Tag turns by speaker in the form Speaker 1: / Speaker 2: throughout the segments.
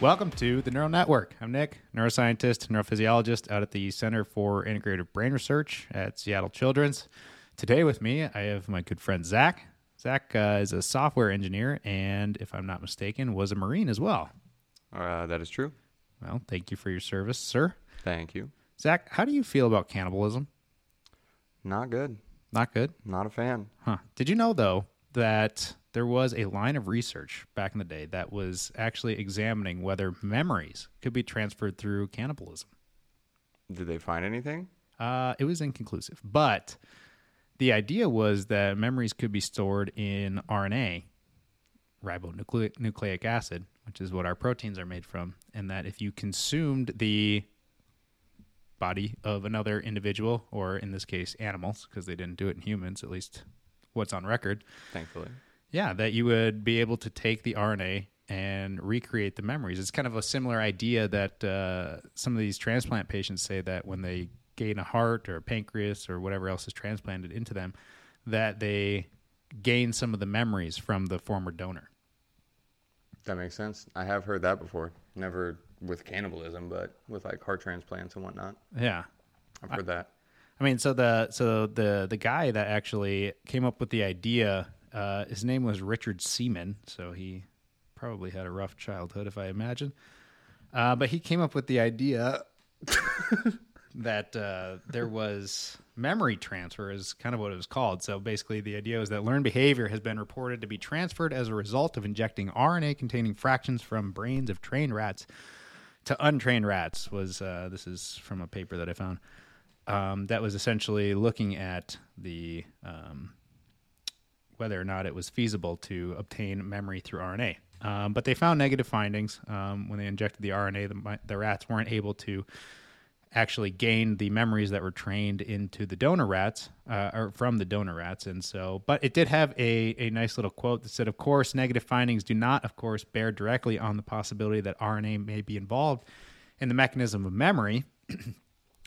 Speaker 1: Welcome to the Neural Network. I'm Nick, neuroscientist, neurophysiologist out at the Center for Integrative Brain Research at Seattle Children's. Today with me, I have my good friend Zach. Zach uh, is a software engineer and, if I'm not mistaken, was a Marine as well.
Speaker 2: Uh, that is true.
Speaker 1: Well, thank you for your service, sir.
Speaker 2: Thank you.
Speaker 1: Zach, how do you feel about cannibalism?
Speaker 2: Not good.
Speaker 1: Not good?
Speaker 2: Not a fan.
Speaker 1: Huh. Did you know, though, that there was a line of research back in the day that was actually examining whether memories could be transferred through cannibalism?
Speaker 2: Did they find anything?
Speaker 1: Uh, it was inconclusive, but the idea was that memories could be stored in RNA, ribonucleic nucleic acid, which is what our proteins are made from, and that if you consumed the body of another individual, or in this case, animals, because they didn't do it in humans, at least what's on record,
Speaker 2: Thankfully.
Speaker 1: yeah, that you would be able to take the RNA and recreate the memories. It's kind of a similar idea that uh, some of these transplant patients say that when they gain a heart or a pancreas or whatever else is transplanted into them, that they gain some of the memories from the former donor.
Speaker 2: That makes sense. I have heard that before. Never with cannibalism, but with like heart transplants and whatnot.
Speaker 1: Yeah.
Speaker 2: I've heard that.
Speaker 1: I mean, so the so the the guy that actually came up with the idea, uh, his name was Richard Seaman. So he probably had a rough childhood, if I imagine. Uh, but he came up with the idea that uh, there was memory transfer, is kind of what it was called. So basically, the idea was that learned behavior has been reported to be transferred as a result of injecting RNA containing fractions from brains of trained rats to untrained rats was uh, this is from a paper that I found um, that was essentially looking at the um, whether or not it was feasible to obtain memory through RNA. Um, but they found negative findings um, when they injected the RNA. The, mi- the rats weren't able to actually gain the memories that were trained into the donor rats uh, or from the donor rats and so but it did have a, a nice little quote that said of course negative findings do not of course bear directly on the possibility that rna may be involved in the mechanism of memory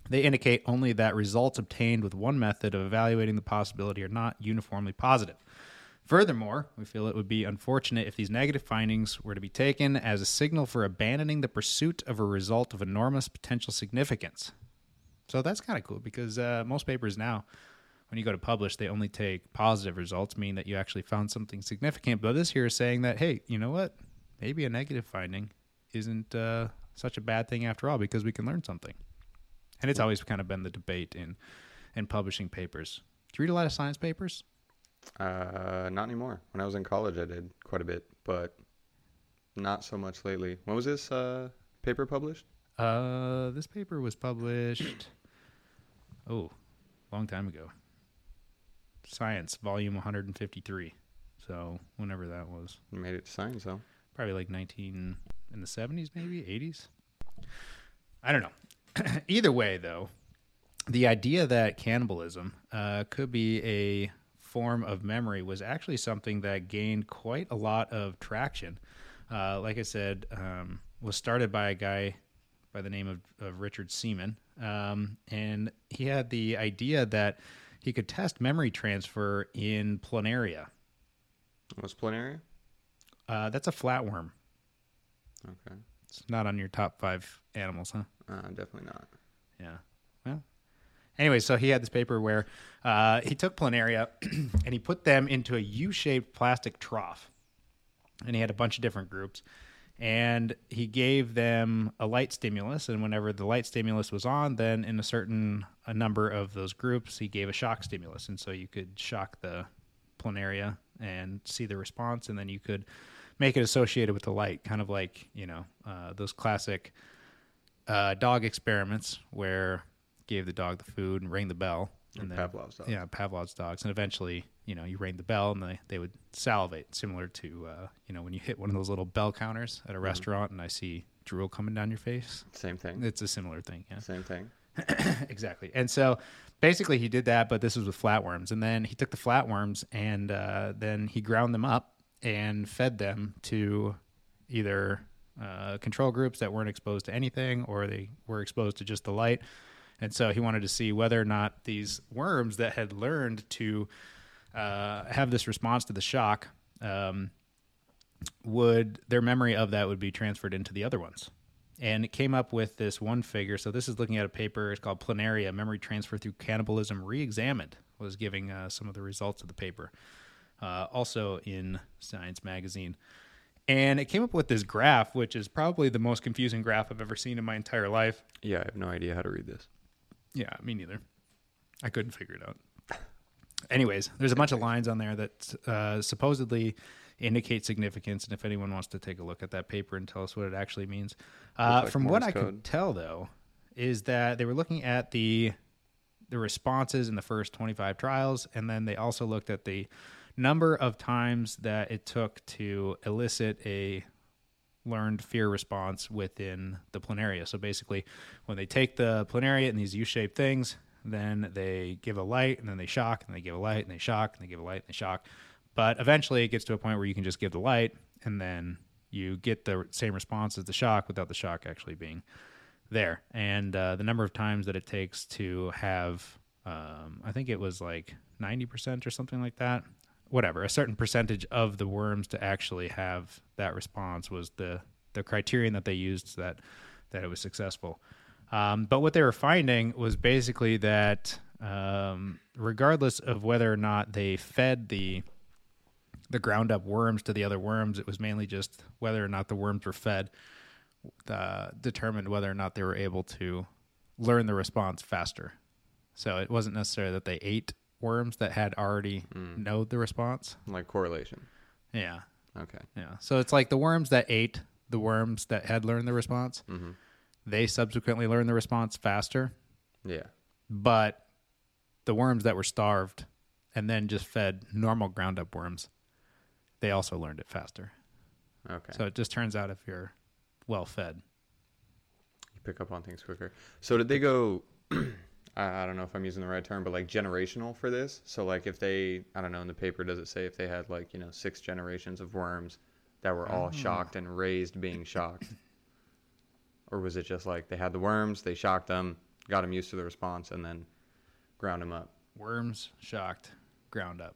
Speaker 1: they indicate only that results obtained with one method of evaluating the possibility are not uniformly positive. Furthermore, we feel it would be unfortunate if these negative findings were to be taken as a signal for abandoning the pursuit of a result of enormous potential significance. So that's kind of cool because uh, most papers now, when you go to publish, they only take positive results, meaning that you actually found something significant. But this here is saying that, hey, you know what? Maybe a negative finding isn't uh, such a bad thing after all because we can learn something and it's always kind of been the debate in in publishing papers. Do you read a lot of science papers?
Speaker 2: Uh, not anymore. When I was in college, I did quite a bit, but not so much lately. When was this uh, paper published?
Speaker 1: Uh, this paper was published oh, long time ago. Science, volume 153. So whenever that was,
Speaker 2: You made it to science, though.
Speaker 1: probably like 19 in the 70s, maybe 80s. I don't know. Either way, though, the idea that cannibalism uh, could be a form of memory was actually something that gained quite a lot of traction. Uh, like I said, um, was started by a guy by the name of, of Richard Seaman, um, and he had the idea that he could test memory transfer in planaria.
Speaker 2: What's planary?
Speaker 1: Uh, that's a flatworm.
Speaker 2: Okay.
Speaker 1: It's not on your top five animals, huh?
Speaker 2: Uh, definitely not.
Speaker 1: Yeah. Well. Anyway, so he had this paper where uh, he took planaria and he put them into a U-shaped plastic trough, and he had a bunch of different groups, and he gave them a light stimulus, and whenever the light stimulus was on, then in a certain a number of those groups, he gave a shock stimulus, and so you could shock the planaria and see the response, and then you could make it associated with the light, kind of like you know uh, those classic uh, dog experiments where gave the dog the food and rang the bell and then
Speaker 2: Pavlov's dog.
Speaker 1: yeah Pavlov's dogs and eventually you know you rang the bell and they, they would salivate similar to uh, you know when you hit one of those little bell counters at a restaurant and I see drool coming down your face
Speaker 2: Same thing.
Speaker 1: it's a similar thing yeah
Speaker 2: Same thing.
Speaker 1: exactly. And so basically he did that, but this was with flatworms. And then he took the flatworms and uh, then he ground them up and fed them to either uh, control groups that weren't exposed to anything or they were exposed to just the light. And so he wanted to see whether or not these worms that had learned to uh, have this response to the shock um, would their memory of that would be transferred into the other ones. And it came up with this one figure. So this is looking at a paper. It's called Planaria: Memory Transfer Through Cannibalism Reexamined. Was giving uh, some of the results of the paper, uh, also in Science Magazine. And it came up with this graph, which is probably the most confusing graph I've ever seen in my entire life.
Speaker 2: Yeah, I have no idea how to read this.
Speaker 1: Yeah, me neither. I couldn't figure it out. Anyways, there's a bunch of lines on there that uh, supposedly indicate significance, and if anyone wants to take a look at that paper and tell us what it actually means, uh,
Speaker 2: like
Speaker 1: from what
Speaker 2: Morse
Speaker 1: I could
Speaker 2: code.
Speaker 1: tell though, is that they were looking at the the responses in the first 25 trials, and then they also looked at the number of times that it took to elicit a learned fear response within the planaria. So basically, when they take the planaria in these U shaped things, then they give a light and then they shock and they give a light and they shock and they give a light and they shock. But eventually, it gets to a point where you can just give the light and then you get the same response as the shock without the shock actually being there. And uh, the number of times that it takes to have, um, I think it was like 90% or something like that. Whatever, a certain percentage of the worms to actually have that response was the, the criterion that they used that, that it was successful. Um, but what they were finding was basically that um, regardless of whether or not they fed the the ground up worms to the other worms, it was mainly just whether or not the worms were fed uh, determined whether or not they were able to learn the response faster. So it wasn't necessarily that they ate worms that had already
Speaker 2: Mm.
Speaker 1: know the response.
Speaker 2: Like correlation.
Speaker 1: Yeah,
Speaker 2: Okay.
Speaker 1: yeah. So it's like the worms that ate the worms that had learned the response,
Speaker 2: Mm-hmm.
Speaker 1: they subsequently learned the response faster.
Speaker 2: Yeah.
Speaker 1: But the worms that were starved and then just fed normal ground up worms, they also learned it faster.
Speaker 2: Okay.
Speaker 1: So it just turns out if you're well fed.
Speaker 2: you pick up on things quicker. So did they go? I I don't know if I'm using the right term, but like generational for this. So like if they, I don't know, in the paper does it say if they had like you know six generations of worms that were
Speaker 1: Oh.
Speaker 2: all shocked and raised being shocked, or was it just like they had the worms, they shocked them, got them used to the response, and then ground them up?
Speaker 1: Worms shocked, ground up.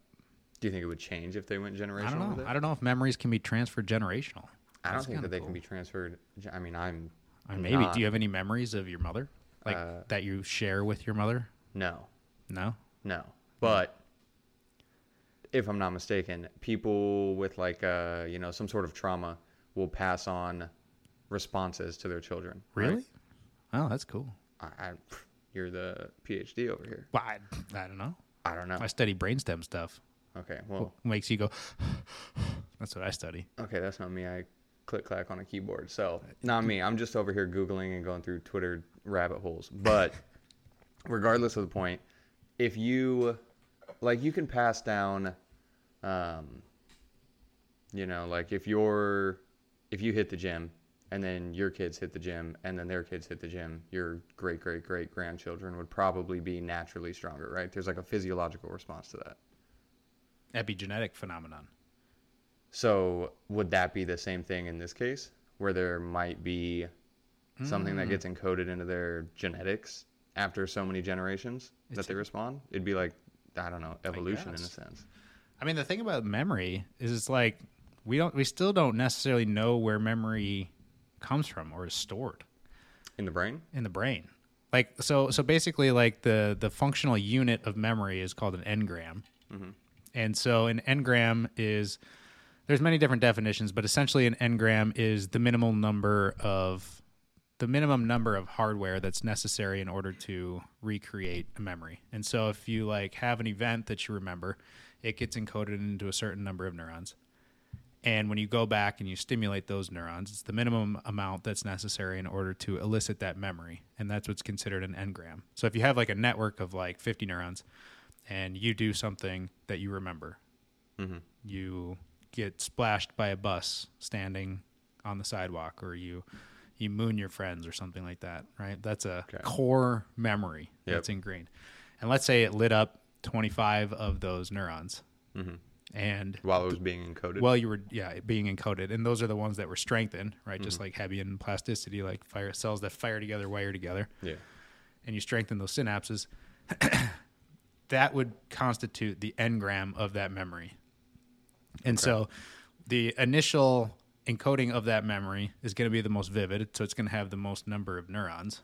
Speaker 2: Do you think it would change if they went generational?
Speaker 1: I don't
Speaker 2: with
Speaker 1: know.
Speaker 2: it?
Speaker 1: I don't know if memories can be transferred generational.
Speaker 2: I don't
Speaker 1: That's
Speaker 2: think
Speaker 1: kinda
Speaker 2: that they
Speaker 1: cool.
Speaker 2: can be transferred. gen- I mean, I'm
Speaker 1: I mean, maybe.
Speaker 2: not.
Speaker 1: Do you have any memories of your mother, like
Speaker 2: Uh,
Speaker 1: that you share with your mother?
Speaker 2: no.
Speaker 1: No.
Speaker 2: No, but if I'm not mistaken, people with like uh, you know some sort of trauma will pass on responses to their children. right?
Speaker 1: Really? Oh, that's cool.
Speaker 2: I, I, you're the PhD over here.
Speaker 1: Well, I, I don't know.
Speaker 2: I don't know.
Speaker 1: I study brainstem stuff.
Speaker 2: Okay, well,
Speaker 1: Makes you go. that's what I study.
Speaker 2: okay, that's not me. I click clack on a keyboard, so not me. I'm just over here googling and going through Twitter rabbit holes. But regardless of the point, if you like, you can pass down. um, you know like if you're if you hit the gym and then your kids hit the gym and then their kids hit the gym your great great great grandchildren would probably be naturally stronger right there's like a physiological response to that
Speaker 1: Epigenetic phenomenon.
Speaker 2: so would that be the same thing in this case where there might be something
Speaker 1: Hmm.
Speaker 2: that gets encoded into their genetics after so many generations that they respond it'd be like i don't know evolution in a
Speaker 1: guess.
Speaker 2: sense
Speaker 1: I mean, the thing about memory is it's like we don't, we still don't necessarily know where memory comes from or is stored.
Speaker 2: in the brain
Speaker 1: in the brain. Like so so basically like the the functional unit of memory is called an engram. And so an engram is there's many different definitions, but essentially an engram is the minimal number of the minimum number of hardware that's necessary in order to recreate a memory. And so if you like have an event that you remember, it gets encoded into a certain number of neurons. And when you go back and you stimulate those neurons, it's the minimum amount that's necessary in order to elicit that memory. And that's what's considered an engram. So if you have like a network of like 50 neurons and you do something that you remember, you get splashed by a bus standing on the sidewalk or you you moon your friends or something like that, right? That's a core memory
Speaker 2: Yep.
Speaker 1: that's ingrained. And let's say it lit up 25 of those neurons. And
Speaker 2: while it was being encoded
Speaker 1: well, you were yeah being encoded, and those are the ones that were strengthened, right? Just like Hebbian plasticity, like fire cells that fire together, wire together,
Speaker 2: yeah
Speaker 1: and you strengthen those synapses. that would constitute the engram of that memory, and so the initial encoding of that memory is going to be the most vivid, so it's going to have the most number of neurons.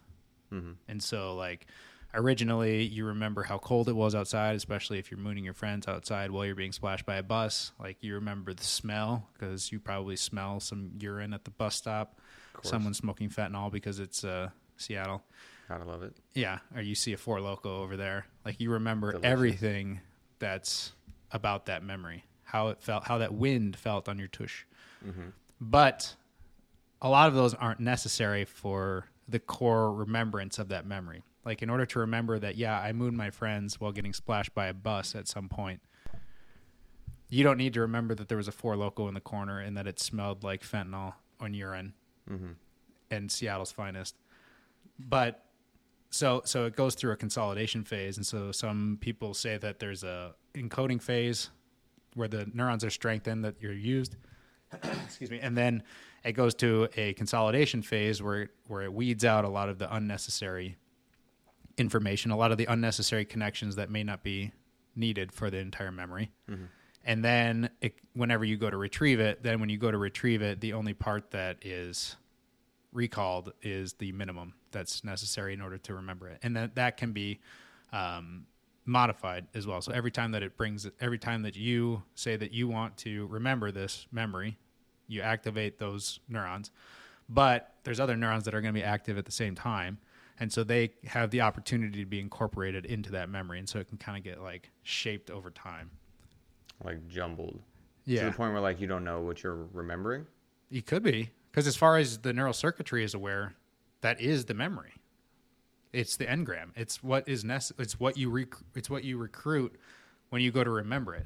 Speaker 1: And so, like, originally you remember how cold it was outside, especially if you're mooning your friends outside while you're being splashed by a bus. Like, you remember the smell because you probably smell some urine at the bus stop, someone smoking fentanyl because it's uh, Seattle.
Speaker 2: Gotta love it.
Speaker 1: Yeah, or you see a four loco over there. Like you remember everything that's about that memory, how it felt, how that wind felt on your tush. But a lot of those aren't necessary for the core remembrance of that memory. Like in order to remember that, yeah, I mooned my friends while getting splashed by a bus at some point. You don't need to remember that there was a four loco in the corner and that it smelled like fentanyl on urine and Seattle's finest. But so so it goes through a consolidation phase and so some people say that there's a encoding phase where the neurons are strengthened that you're used excuse me and then it goes to a consolidation phase where it, where it weeds out a lot of the unnecessary information a lot of the unnecessary connections that may not be needed for the entire memory and then it, whenever you go to retrieve it then when you go to retrieve it the only part that is recalled is the minimum that's necessary in order to remember it, and that that can be um, modified as well. So every time that it brings, every time that you say that you want to remember this memory, you activate those neurons, but there's other neurons that are going to be active at the same time, and so they have the opportunity to be incorporated into that memory, and so it can kind of get like shaped over time.
Speaker 2: Like jumbled. To
Speaker 1: Yeah.
Speaker 2: the point where like you don't know what you're remembering.
Speaker 1: It could be because as far as the neural circuitry is aware, that is the memory. It's the engram. It's what is nece- It's what you rec- It's what you recruit when you go to remember it.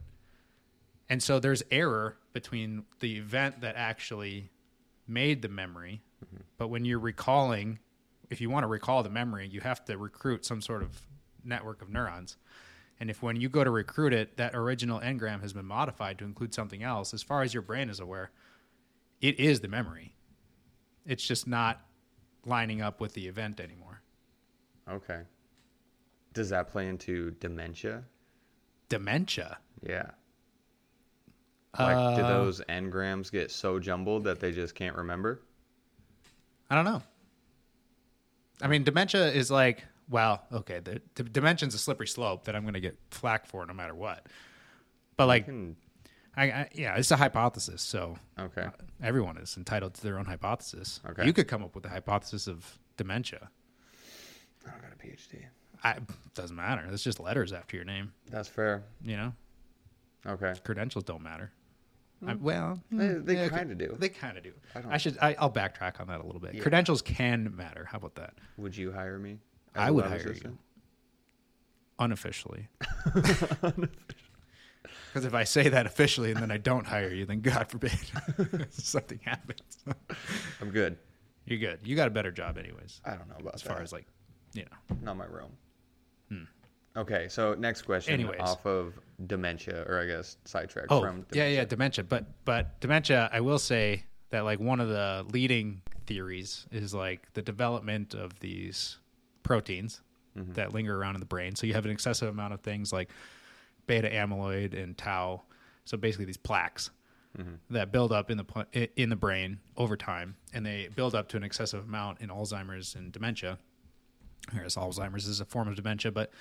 Speaker 1: And so there's error between the event that actually made the memory, but when you're recalling, if you want to recall the memory, you have to recruit some sort of network of neurons. And if when you go to recruit it, that original engram has been modified to include something else, as far as your brain is aware, it is the memory. It's just not lining up with the event anymore.
Speaker 2: Okay. Does that play into dementia?
Speaker 1: Dementia.
Speaker 2: Yeah. Like do
Speaker 1: Uh,
Speaker 2: those engrams get so jumbled that they just can't remember?
Speaker 1: I don't know. I mean, dementia is like, well, okay, the, the dimension's a slippery slope that I'm going to get flack for no matter what. But like,
Speaker 2: Can-
Speaker 1: I, I, yeah, it's a hypothesis. So
Speaker 2: Okay.
Speaker 1: everyone is entitled to their own hypothesis.
Speaker 2: Okay.
Speaker 1: You could come up with a hypothesis of dementia.
Speaker 2: I don't got a PhD.
Speaker 1: I doesn't matter. It's just letters after your name.
Speaker 2: That's fair.
Speaker 1: You know,
Speaker 2: Okay.
Speaker 1: credentials don't matter. I, well,
Speaker 2: They,
Speaker 1: mm, yeah, okay.
Speaker 2: kind of do.
Speaker 1: They kind of do.
Speaker 2: I don't-
Speaker 1: I, should. I, I'll backtrack on that a little bit. Credentials can matter. How about that?
Speaker 2: Would you hire me?
Speaker 1: I
Speaker 2: as a
Speaker 1: would
Speaker 2: lab
Speaker 1: hire you.
Speaker 2: assistant?
Speaker 1: Unofficially. Because if I say that officially and then I don't hire you, then God forbid something happens.
Speaker 2: I'm good.
Speaker 1: You're good. You got a better job, anyways.
Speaker 2: I don't know about
Speaker 1: As far as like, you know,
Speaker 2: not my realm. Okay, so next question
Speaker 1: Anyways.
Speaker 2: off of dementia, or I guess sidetracked
Speaker 1: oh
Speaker 2: from
Speaker 1: yeah, yeah, dementia. But but dementia, I will say that like one of the leading theories is like the development of these proteins that linger around in the brain. So you have an excessive amount of things like beta amyloid and tau. So basically, these plaques that build up in the pl- i- in the brain over time, and they build up to an excessive amount in Alzheimer's and dementia. Whereas Alzheimer's is a form of dementia, but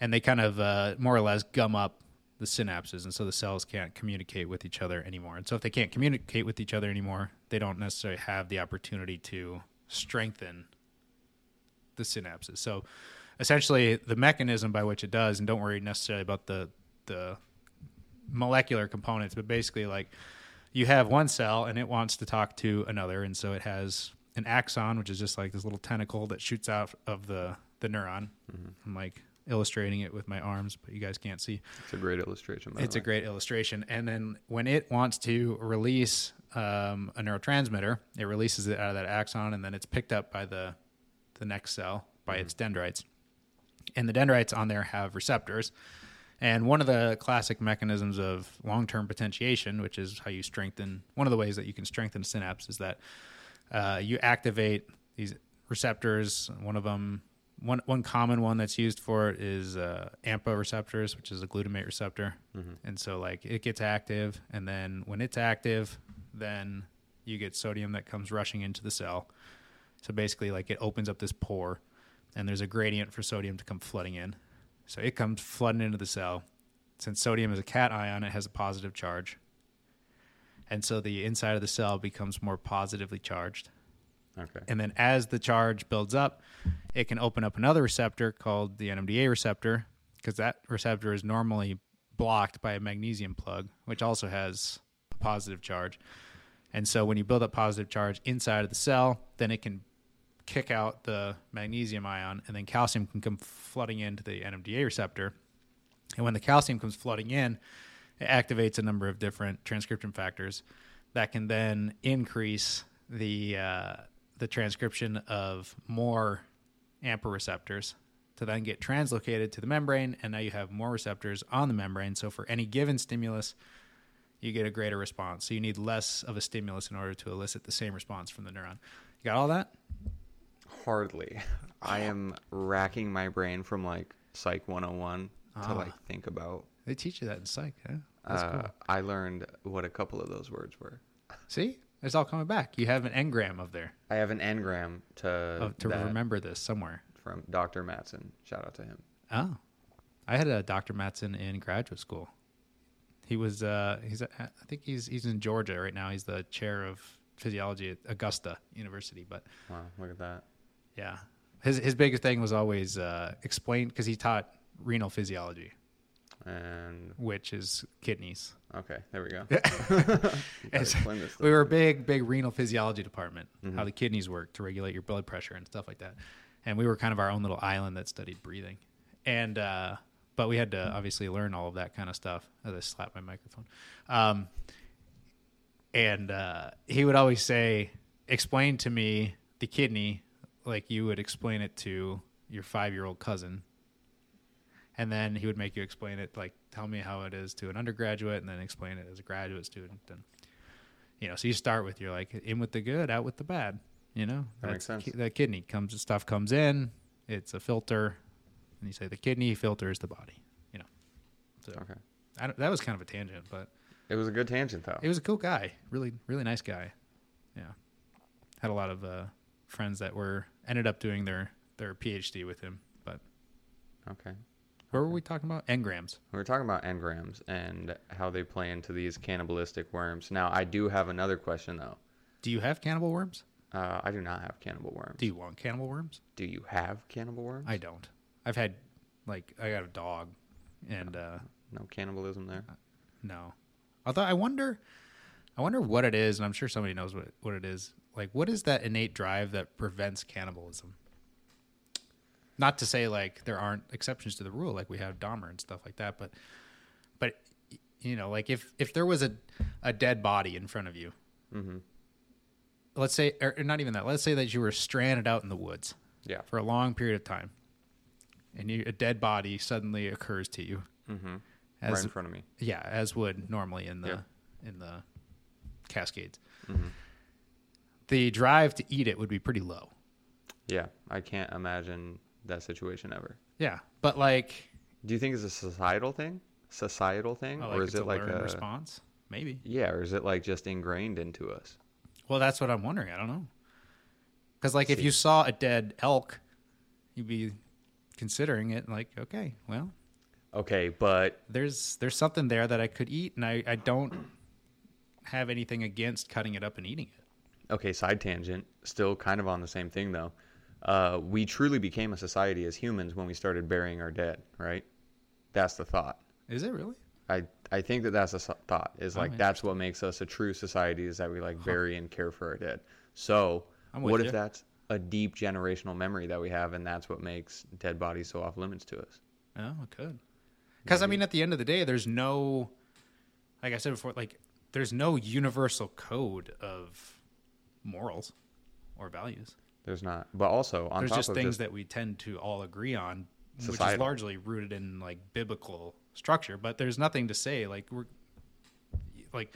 Speaker 1: and they kind of uh, more or less gum up the synapses, and so the cells can't communicate with each other anymore. And so if they can't communicate with each other anymore, they don't necessarily have the opportunity to strengthen the synapses. So essentially, the mechanism by which it does, and don't worry necessarily about the the molecular components, but basically like you have one cell and it wants to talk to another, and so it has an axon, which is just like this little tentacle that shoots out of the the neuron. I'm like illustrating it with my arms, but you guys can't see.
Speaker 2: It's a great illustration. By
Speaker 1: It's a great illustration. And then when it wants to release um, a neurotransmitter, it releases it out of that axon, and then it's picked up by the the next cell by its dendrites. And the dendrites on there have receptors. And one of the classic mechanisms of long term potentiation, which is how you strengthen one of the ways that you can strengthen a synapse, is that uh, you activate these receptors. One of them one one common one that's used for it is uh, AMPA receptors, which is a glutamate receptor, and so like it gets active, and then when it's active, then you get sodium that comes rushing into the cell. So basically, like it opens up this pore, and there's a gradient for sodium to come flooding in. So it comes flooding into the cell. Since sodium is a cat ion, it has a positive charge, and so the inside of the cell becomes more positively charged.
Speaker 2: Okay.
Speaker 1: And then as the charge builds up, it can open up another receptor called the NMDA receptor because that receptor is normally blocked by a magnesium plug, which also has a positive charge. And so when you build up positive charge inside of the cell, then it can kick out the magnesium ion and then calcium can come flooding into the NMDA receptor. And when the calcium comes flooding in, it activates a number of different transcription factors that can then increase the uh, the transcription of more AMPA receptors to then get translocated to the membrane, and now you have more receptors on the membrane. So for any given stimulus, you get a greater response. So you need less of a stimulus in order to elicit the same response from the neuron. You got all that?
Speaker 2: Hardly. I am racking my brain from like Psych 101 to like think about.
Speaker 1: They teach you that in psych. Huh? Ah. That's
Speaker 2: Uh, I learned what a couple of those words were.
Speaker 1: cool. See, it's all coming back. You have an engram of there
Speaker 2: I have an engram to,
Speaker 1: of, to
Speaker 2: that
Speaker 1: remember this somewhere.
Speaker 2: from Dr. Matson. Shout out to him.
Speaker 1: Oh, I had a Dr. Matson in graduate school. He was, uh, he's, I think he's, he's in Georgia right now. He's the chair of physiology at Augusta University. But
Speaker 2: Wow, look at that.
Speaker 1: yeah, his his biggest thing was always uh, explain because he taught renal physiology,
Speaker 2: And
Speaker 1: which is kidneys.
Speaker 2: okay, there we go. You gotta
Speaker 1: And so
Speaker 2: explain this
Speaker 1: we
Speaker 2: stuff. Mm-hmm.
Speaker 1: were a big, big renal physiology department, how the kidneys work to regulate your blood pressure and stuff like that. And we were kind of our own little island that studied breathing. And, uh, but we had to
Speaker 2: Mm-hmm.
Speaker 1: obviously learn all of that kind of stuff. As I slapped my microphone. Um, and uh, he would always say, "Explain to me the kidney like you would explain it to your five-year-old cousin." And then he would make you explain it, like tell me how it is to an undergraduate, and then explain it as a graduate student. And you know, so you start with you're like in with the good, out with the bad. You know,
Speaker 2: That makes
Speaker 1: That's ki-
Speaker 2: sense.
Speaker 1: that kidney comes, stuff comes in, it's a filter, and you say the kidney filters the body. You know, so
Speaker 2: Okay.
Speaker 1: I don't, that was kind of a tangent, but
Speaker 2: It was a good tangent though.
Speaker 1: he was a cool guy, really, really nice guy. Yeah, had a lot of uh, friends that were ended up doing their their PhD with him. But
Speaker 2: Okay.
Speaker 1: what were we talking about? Engrams.
Speaker 2: We were talking about engrams and how they play into these cannibalistic worms. Now, I do have another question though.
Speaker 1: Do you have cannibal worms?
Speaker 2: Uh, I do not have cannibal worms.
Speaker 1: Do you want cannibal worms?
Speaker 2: Do you have cannibal worms?
Speaker 1: I don't. I've had like I got a dog, and uh,
Speaker 2: No cannibalism there.
Speaker 1: no. Although I wonder, I wonder what it is, and I'm sure somebody knows what what it is. Like, what is that innate drive that prevents cannibalism? Not to say like there aren't exceptions to the rule, like we have Dahmer and stuff like that, but but y- you know, like if if there was a a dead body in front of you,
Speaker 2: Mm-hmm.
Speaker 1: let's say, or or not even that, let's say that you were stranded out in the woods
Speaker 2: Yeah.
Speaker 1: for a long period of time, and you, a dead body suddenly occurs to you.
Speaker 2: Mm-hmm. Right
Speaker 1: As
Speaker 2: in front of me.
Speaker 1: yeah, as would normally in the
Speaker 2: Yeah.
Speaker 1: in the Cascades.
Speaker 2: Mm-hmm.
Speaker 1: The drive to eat it would be pretty low.
Speaker 2: Yeah. I can't imagine that situation ever.
Speaker 1: Yeah, but like,
Speaker 2: Do you think it's a societal thing? Societal thing,
Speaker 1: oh,
Speaker 2: or
Speaker 1: like
Speaker 2: is
Speaker 1: it's
Speaker 2: it
Speaker 1: a
Speaker 2: like
Speaker 1: learned
Speaker 2: a
Speaker 1: response? Maybe.
Speaker 2: yeah, or is it like just ingrained into us?
Speaker 1: Well, that's what I'm wondering. I don't know. Because like, if you saw a dead elk, you'd be considering it like, okay, well,
Speaker 2: Okay, but
Speaker 1: there's there's something there that I could eat, and I I don't have anything against cutting it up and eating it.
Speaker 2: okay, side tangent. Still kind of on the same thing though. Uh, we truly became a society as humans when we started burying our dead, right? That's the thought.
Speaker 1: Is it really?
Speaker 2: I I think that that's a so- thought is like
Speaker 1: Oh,
Speaker 2: that's what makes us a true society is that we like bury and care for our dead. So
Speaker 1: I'm with
Speaker 2: what if
Speaker 1: ya.
Speaker 2: that's a deep generational memory that we have, and that's what makes dead bodies so off limits to us?
Speaker 1: Oh, it could. Because I mean, at the end of the day, there's no, like I said before, like there's no universal code of morals or values.
Speaker 2: There's not, but also on
Speaker 1: There's
Speaker 2: top
Speaker 1: just
Speaker 2: of
Speaker 1: things
Speaker 2: just,
Speaker 1: that we tend to all agree on, which is
Speaker 2: Societal.
Speaker 1: largely rooted in like biblical structure. But there's nothing to say like we're like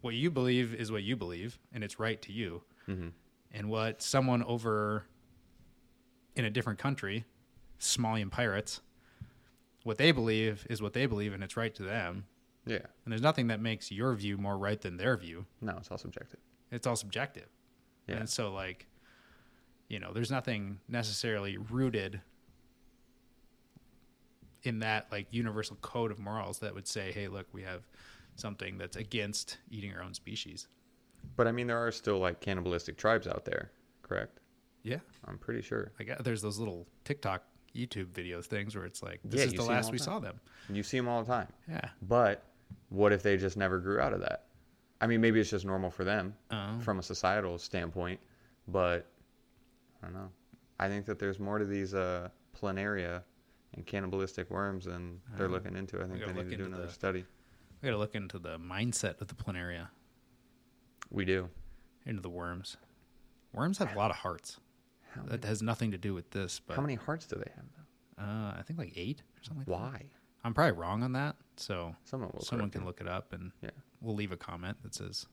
Speaker 1: what you believe is what you believe, and it's right to
Speaker 2: Mm-hmm.
Speaker 1: you. And what someone over in a different country Somalian pirates. What they believe is what they believe, and it's right to them.
Speaker 2: Yeah.
Speaker 1: And there's nothing that makes your view more right than their view.
Speaker 2: No, it's all subjective.
Speaker 1: It's all subjective.
Speaker 2: Yeah.
Speaker 1: And so, like, you know, there's nothing necessarily rooted in that, like, universal code of morals that would say, hey, look, we have something that's against eating our own species.
Speaker 2: But I mean, there are still like cannibalistic tribes out there, correct?
Speaker 1: Yeah.
Speaker 2: I'm pretty sure.
Speaker 1: I guess there's those little TikTok, YouTube video things where it's like, this
Speaker 2: Yeah,
Speaker 1: is
Speaker 2: you
Speaker 1: the
Speaker 2: see 'em
Speaker 1: last
Speaker 2: all
Speaker 1: we
Speaker 2: the
Speaker 1: saw them.
Speaker 2: You see them all the time.
Speaker 1: Yeah.
Speaker 2: But what if they just never grew out of that? I mean, maybe it's just normal for them
Speaker 1: Oh.
Speaker 2: from a societal standpoint, but I don't know. I think that there's more to these uh, planaria and cannibalistic worms than they're looking into. I think
Speaker 1: Oh. gotta
Speaker 2: they
Speaker 1: look
Speaker 2: need to do
Speaker 1: into
Speaker 2: another
Speaker 1: the-
Speaker 2: study.
Speaker 1: We got to look into the mindset of the planaria,
Speaker 2: We do.
Speaker 1: into the worms. Worms have a lot of hearts.
Speaker 2: How
Speaker 1: That has nothing to do with this, but
Speaker 2: How many hearts do they have? Though?
Speaker 1: Uh, I think like eight or something. Like that.
Speaker 2: Why?
Speaker 1: I'm probably wrong on that. So
Speaker 2: Someone will.
Speaker 1: someone
Speaker 2: correct
Speaker 1: can
Speaker 2: me.
Speaker 1: look it up and
Speaker 2: Yeah,
Speaker 1: we'll leave a comment that says,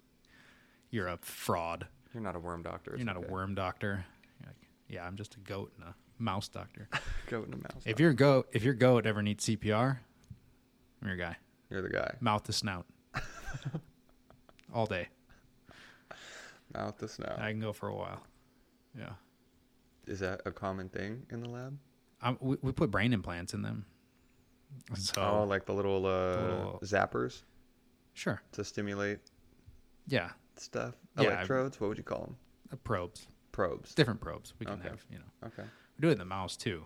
Speaker 1: You're a fraud.
Speaker 2: you're not a worm doctor.
Speaker 1: You're not a worm doctor. You're like, yeah, I'm just a goat and a mouse doctor.
Speaker 2: Goat and a mouse.
Speaker 1: if your goat if your goat ever needs CPR, I'm your guy.
Speaker 2: You're the guy.
Speaker 1: Mouth to snout. All day.
Speaker 2: Mouth the snow.
Speaker 1: I can go for a while. Yeah.
Speaker 2: Is that a common thing in the lab?
Speaker 1: Um, we, we put brain implants in them. So,
Speaker 2: Oh, like the little, uh,
Speaker 1: little-
Speaker 2: zappers
Speaker 1: sure.
Speaker 2: to stimulate
Speaker 1: Yeah.
Speaker 2: stuff.
Speaker 1: Yeah, I-
Speaker 2: Electrodes. What would you call them?
Speaker 1: uh, Probes.
Speaker 2: Probes.
Speaker 1: Different probes. We can
Speaker 2: Okay.
Speaker 1: have, you know.
Speaker 2: Okay.
Speaker 1: We do it in the mouse too.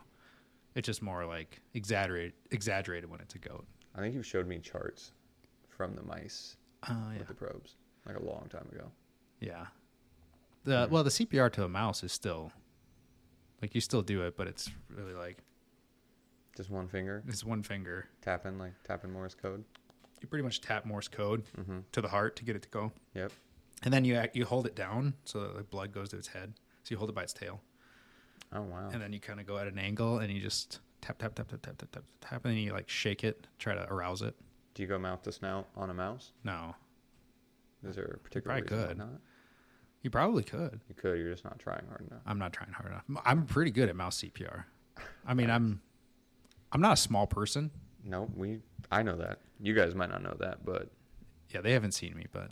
Speaker 1: It's just more like exaggerated, exaggerated when it's a goat.
Speaker 2: I think you showed me charts from the mice
Speaker 1: Uh, yeah,
Speaker 2: with the probes like a long time ago.
Speaker 1: yeah. The well, the CPR to a mouse is still like you still do it, but it's really like
Speaker 2: Just one finger
Speaker 1: it's one finger.
Speaker 2: tapping like tapping Morse code. Mm-hmm.
Speaker 1: You pretty much tap Morse code to the heart to get it to go,
Speaker 2: Yep.
Speaker 1: and then you act- you hold it down so that the blood goes to its head. So you hold it by its tail,
Speaker 2: Oh wow.
Speaker 1: and then you kind of go at an angle and you just tap tap tap tap tap tap tap tap, and then you like shake it, try to arouse it.
Speaker 2: Do you go mouth to snout on a mouse?
Speaker 1: No,
Speaker 2: Is there a particular
Speaker 1: probably
Speaker 2: reason why
Speaker 1: could.
Speaker 2: not?
Speaker 1: you probably could.
Speaker 2: You could. You're just not trying hard enough.
Speaker 1: I'm not trying hard enough. I'm pretty good at mouse CPR. I mean, I'm I'm not a small person.
Speaker 2: No, we. I know that. You guys might not know that, but
Speaker 1: Yeah, they haven't seen me, but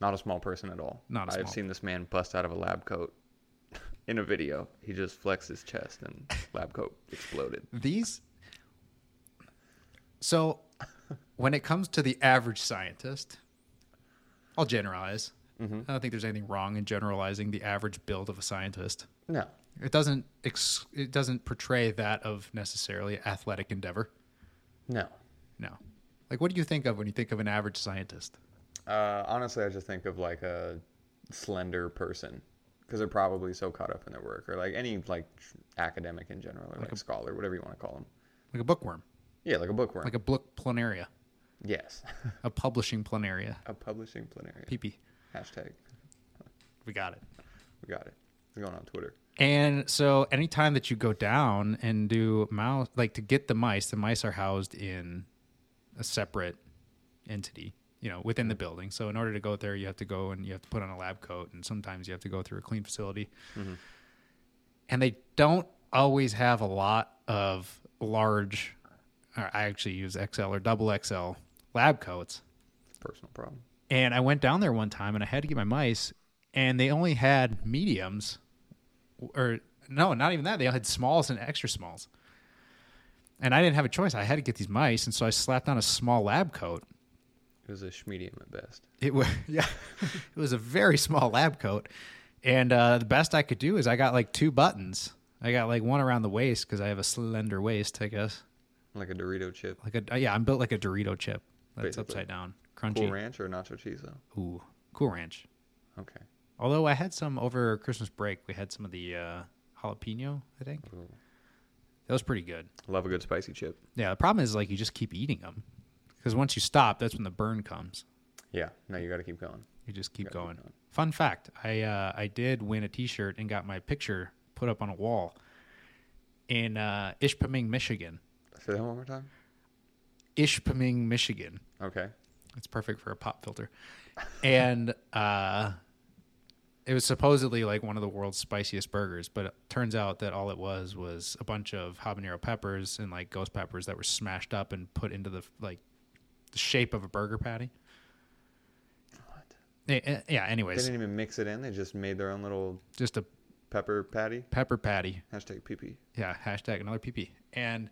Speaker 2: not a small person at all.
Speaker 1: Not a
Speaker 2: I've
Speaker 1: small-
Speaker 2: seen this man bust out of a lab coat in a video. He just flexed his chest and lab coat exploded.
Speaker 1: these So when it comes to the average scientist, I'll generalize. I don't think there's anything wrong in generalizing the average build of a scientist.
Speaker 2: No,
Speaker 1: It doesn't ex- it doesn't portray that of necessarily athletic endeavor.
Speaker 2: no.
Speaker 1: No. Like what do you think of when you think of an average scientist?
Speaker 2: Uh, honestly, I just think of like a slender person because they're probably so caught up in their work or like any like academic in general or like, scholar, whatever you want to call them.
Speaker 1: Like a bookworm,
Speaker 2: Yeah, like a bookworm.
Speaker 1: like a book planaria,
Speaker 2: yes,
Speaker 1: a publishing planaria.
Speaker 2: a publishing plenary.
Speaker 1: PP.
Speaker 2: Hashtag.
Speaker 1: We got it.
Speaker 2: We got it. It's going on Twitter.
Speaker 1: And so anytime that you go down and do mouse like to get the mice, the mice are housed in a separate entity, you know, within the building. So in order to go there, you have to go and you have to put on a lab coat and sometimes you have to go through a clean facility. And they don't always have a lot of large or I actually use XL or double XL lab coats.
Speaker 2: It's a personal problem.
Speaker 1: And I went down there one time and I had to get my mice, and they only had mediums, or no, not even that. They had smalls and extra smalls. And I didn't have a choice. I had to get these mice, and so I slapped on a small lab coat.
Speaker 2: It was a schmedium at best.
Speaker 1: It was yeah, it was a very small lab coat, and uh, the best I could do is I got like two buttons. I got like one around the waist because I have a slender waist, I guess.
Speaker 2: Like a Dorito chip.
Speaker 1: Like a yeah, I'm built like a Dorito chip. That's
Speaker 2: Basically.
Speaker 1: upside down, crunchy.
Speaker 2: Cool ranch or nacho cheese though.
Speaker 1: Ooh, Cool Ranch.
Speaker 2: Okay.
Speaker 1: Although I had some over Christmas break, we had some of the uh, jalapeno. I think
Speaker 2: Mm.
Speaker 1: that was pretty good.
Speaker 2: Love a good spicy chip.
Speaker 1: Yeah, the problem is like you just keep eating them because once you stop, that's when the burn comes.
Speaker 2: Yeah. No, you got to keep going.
Speaker 1: You just keep
Speaker 2: Gotta keep
Speaker 1: going.
Speaker 2: going.
Speaker 1: Fun fact: I uh, I did win a T-shirt and got my picture put up on a wall in uh, Ishpeming, Michigan.
Speaker 2: Say that one more time.
Speaker 1: Ishpeming, Michigan.
Speaker 2: Okay.
Speaker 1: It's perfect for a pop filter. And uh, it was supposedly like one of the world's spiciest burgers, but it turns out that all it was was a bunch of habanero peppers and like ghost peppers that were smashed up and put into the like the shape of a burger patty. Eh, eh, Yeah.
Speaker 2: They
Speaker 1: Anyways,
Speaker 2: didn't even mix it in. They just made their own little
Speaker 1: just a
Speaker 2: pepper patty.
Speaker 1: pepper patty
Speaker 2: Hashtag PP.
Speaker 1: yeah hashtag another pp and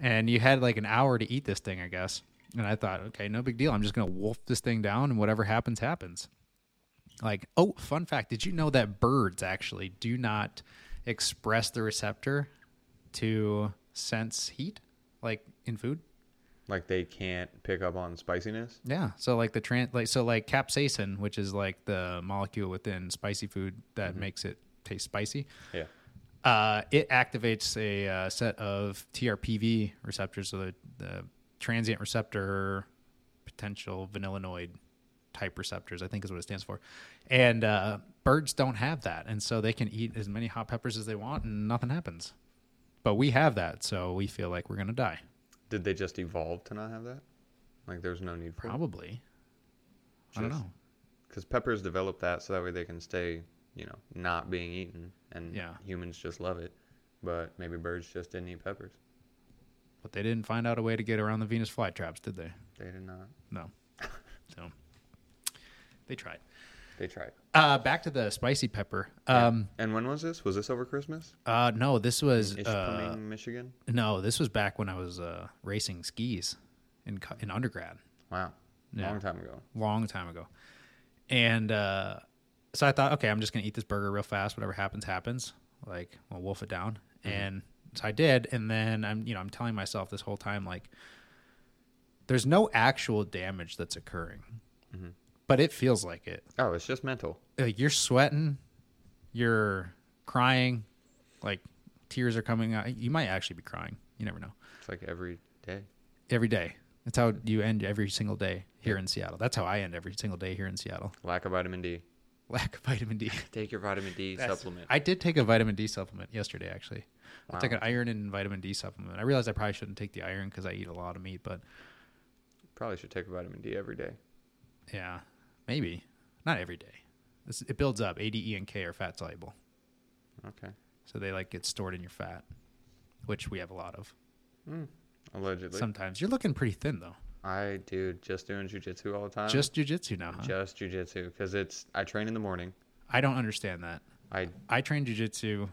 Speaker 1: and you had like an hour to eat this thing i guess and i thought okay no big deal i'm just gonna wolf this thing down and whatever happens happens like oh fun fact did you know that birds actually do not express the receptor to sense heat like in food
Speaker 2: Like they can't pick up on spiciness.
Speaker 1: yeah so like the trans like so like capsaicin which is like the molecule within spicy food that makes it taste spicy
Speaker 2: Yeah.
Speaker 1: uh, it activates a uh, set of TRPV receptors, so the, the transient receptor potential vanillinoid type receptors, I think is what it stands for. And uh, birds don't have that, and so they can eat as many hot peppers as they want, and nothing happens. But we have that, so we feel like we're gonna die.
Speaker 2: Did they just evolve to not have that? Like there's no need for it?
Speaker 1: Probably. I don't
Speaker 2: Just-
Speaker 1: know.
Speaker 2: Because peppers develop that so that way they can stay, you know, not being eaten, and
Speaker 1: Yeah.
Speaker 2: humans just love it. But maybe birds just didn't eat peppers.
Speaker 1: But they didn't find out a way to get around the Venus flytraps, did they?
Speaker 2: They did not.
Speaker 1: No. So they tried.
Speaker 2: They tried.
Speaker 1: Uh, back to the spicy pepper. Um,
Speaker 2: And when was this? Was this over Christmas?
Speaker 1: Uh, no, this was
Speaker 2: Ishpeming,
Speaker 1: uh,
Speaker 2: Michigan.
Speaker 1: no, this was back when I was uh, racing skis in co- in undergrad,
Speaker 2: Wow.
Speaker 1: Yeah.
Speaker 2: Long time ago.
Speaker 1: long time ago, and uh, so I thought, okay, I'm just gonna eat this burger real fast. Whatever happens, happens. Like I'll wolf it down, and so I did. And then I'm you know I'm telling myself this whole time like, there's no actual damage that's occurring, but it feels like it.
Speaker 2: Oh, it's just mental.
Speaker 1: like you're sweating, you're crying, like tears are coming out. You might actually be crying. You never know.
Speaker 2: It's like every day.
Speaker 1: Every day. That's how you end every single day here in Seattle. That's how I end every single day here in Seattle.
Speaker 2: Lack of vitamin D.
Speaker 1: Lack of vitamin D.
Speaker 2: Take your vitamin D
Speaker 1: That's-
Speaker 2: supplement.
Speaker 1: I did take a vitamin D supplement yesterday, actually. I
Speaker 2: Wow.
Speaker 1: took an iron and vitamin D supplement. I realized I probably shouldn't take the iron because I eat a lot of meat, but
Speaker 2: Probably should take vitamin D every day.
Speaker 1: yeah, maybe not every day. It's, it builds up. A, D, E, and K are fat soluble.
Speaker 2: Okay.
Speaker 1: So they like get stored in your fat, which we have a lot of.
Speaker 2: Hmm. Allegedly.
Speaker 1: Sometimes you're looking pretty thin though.
Speaker 2: I dude just doing jujitsu all the time.
Speaker 1: Just jujitsu now. Huh?
Speaker 2: just jujitsu because it's I train in the morning.
Speaker 1: I don't understand that.
Speaker 2: I
Speaker 1: I train jujitsu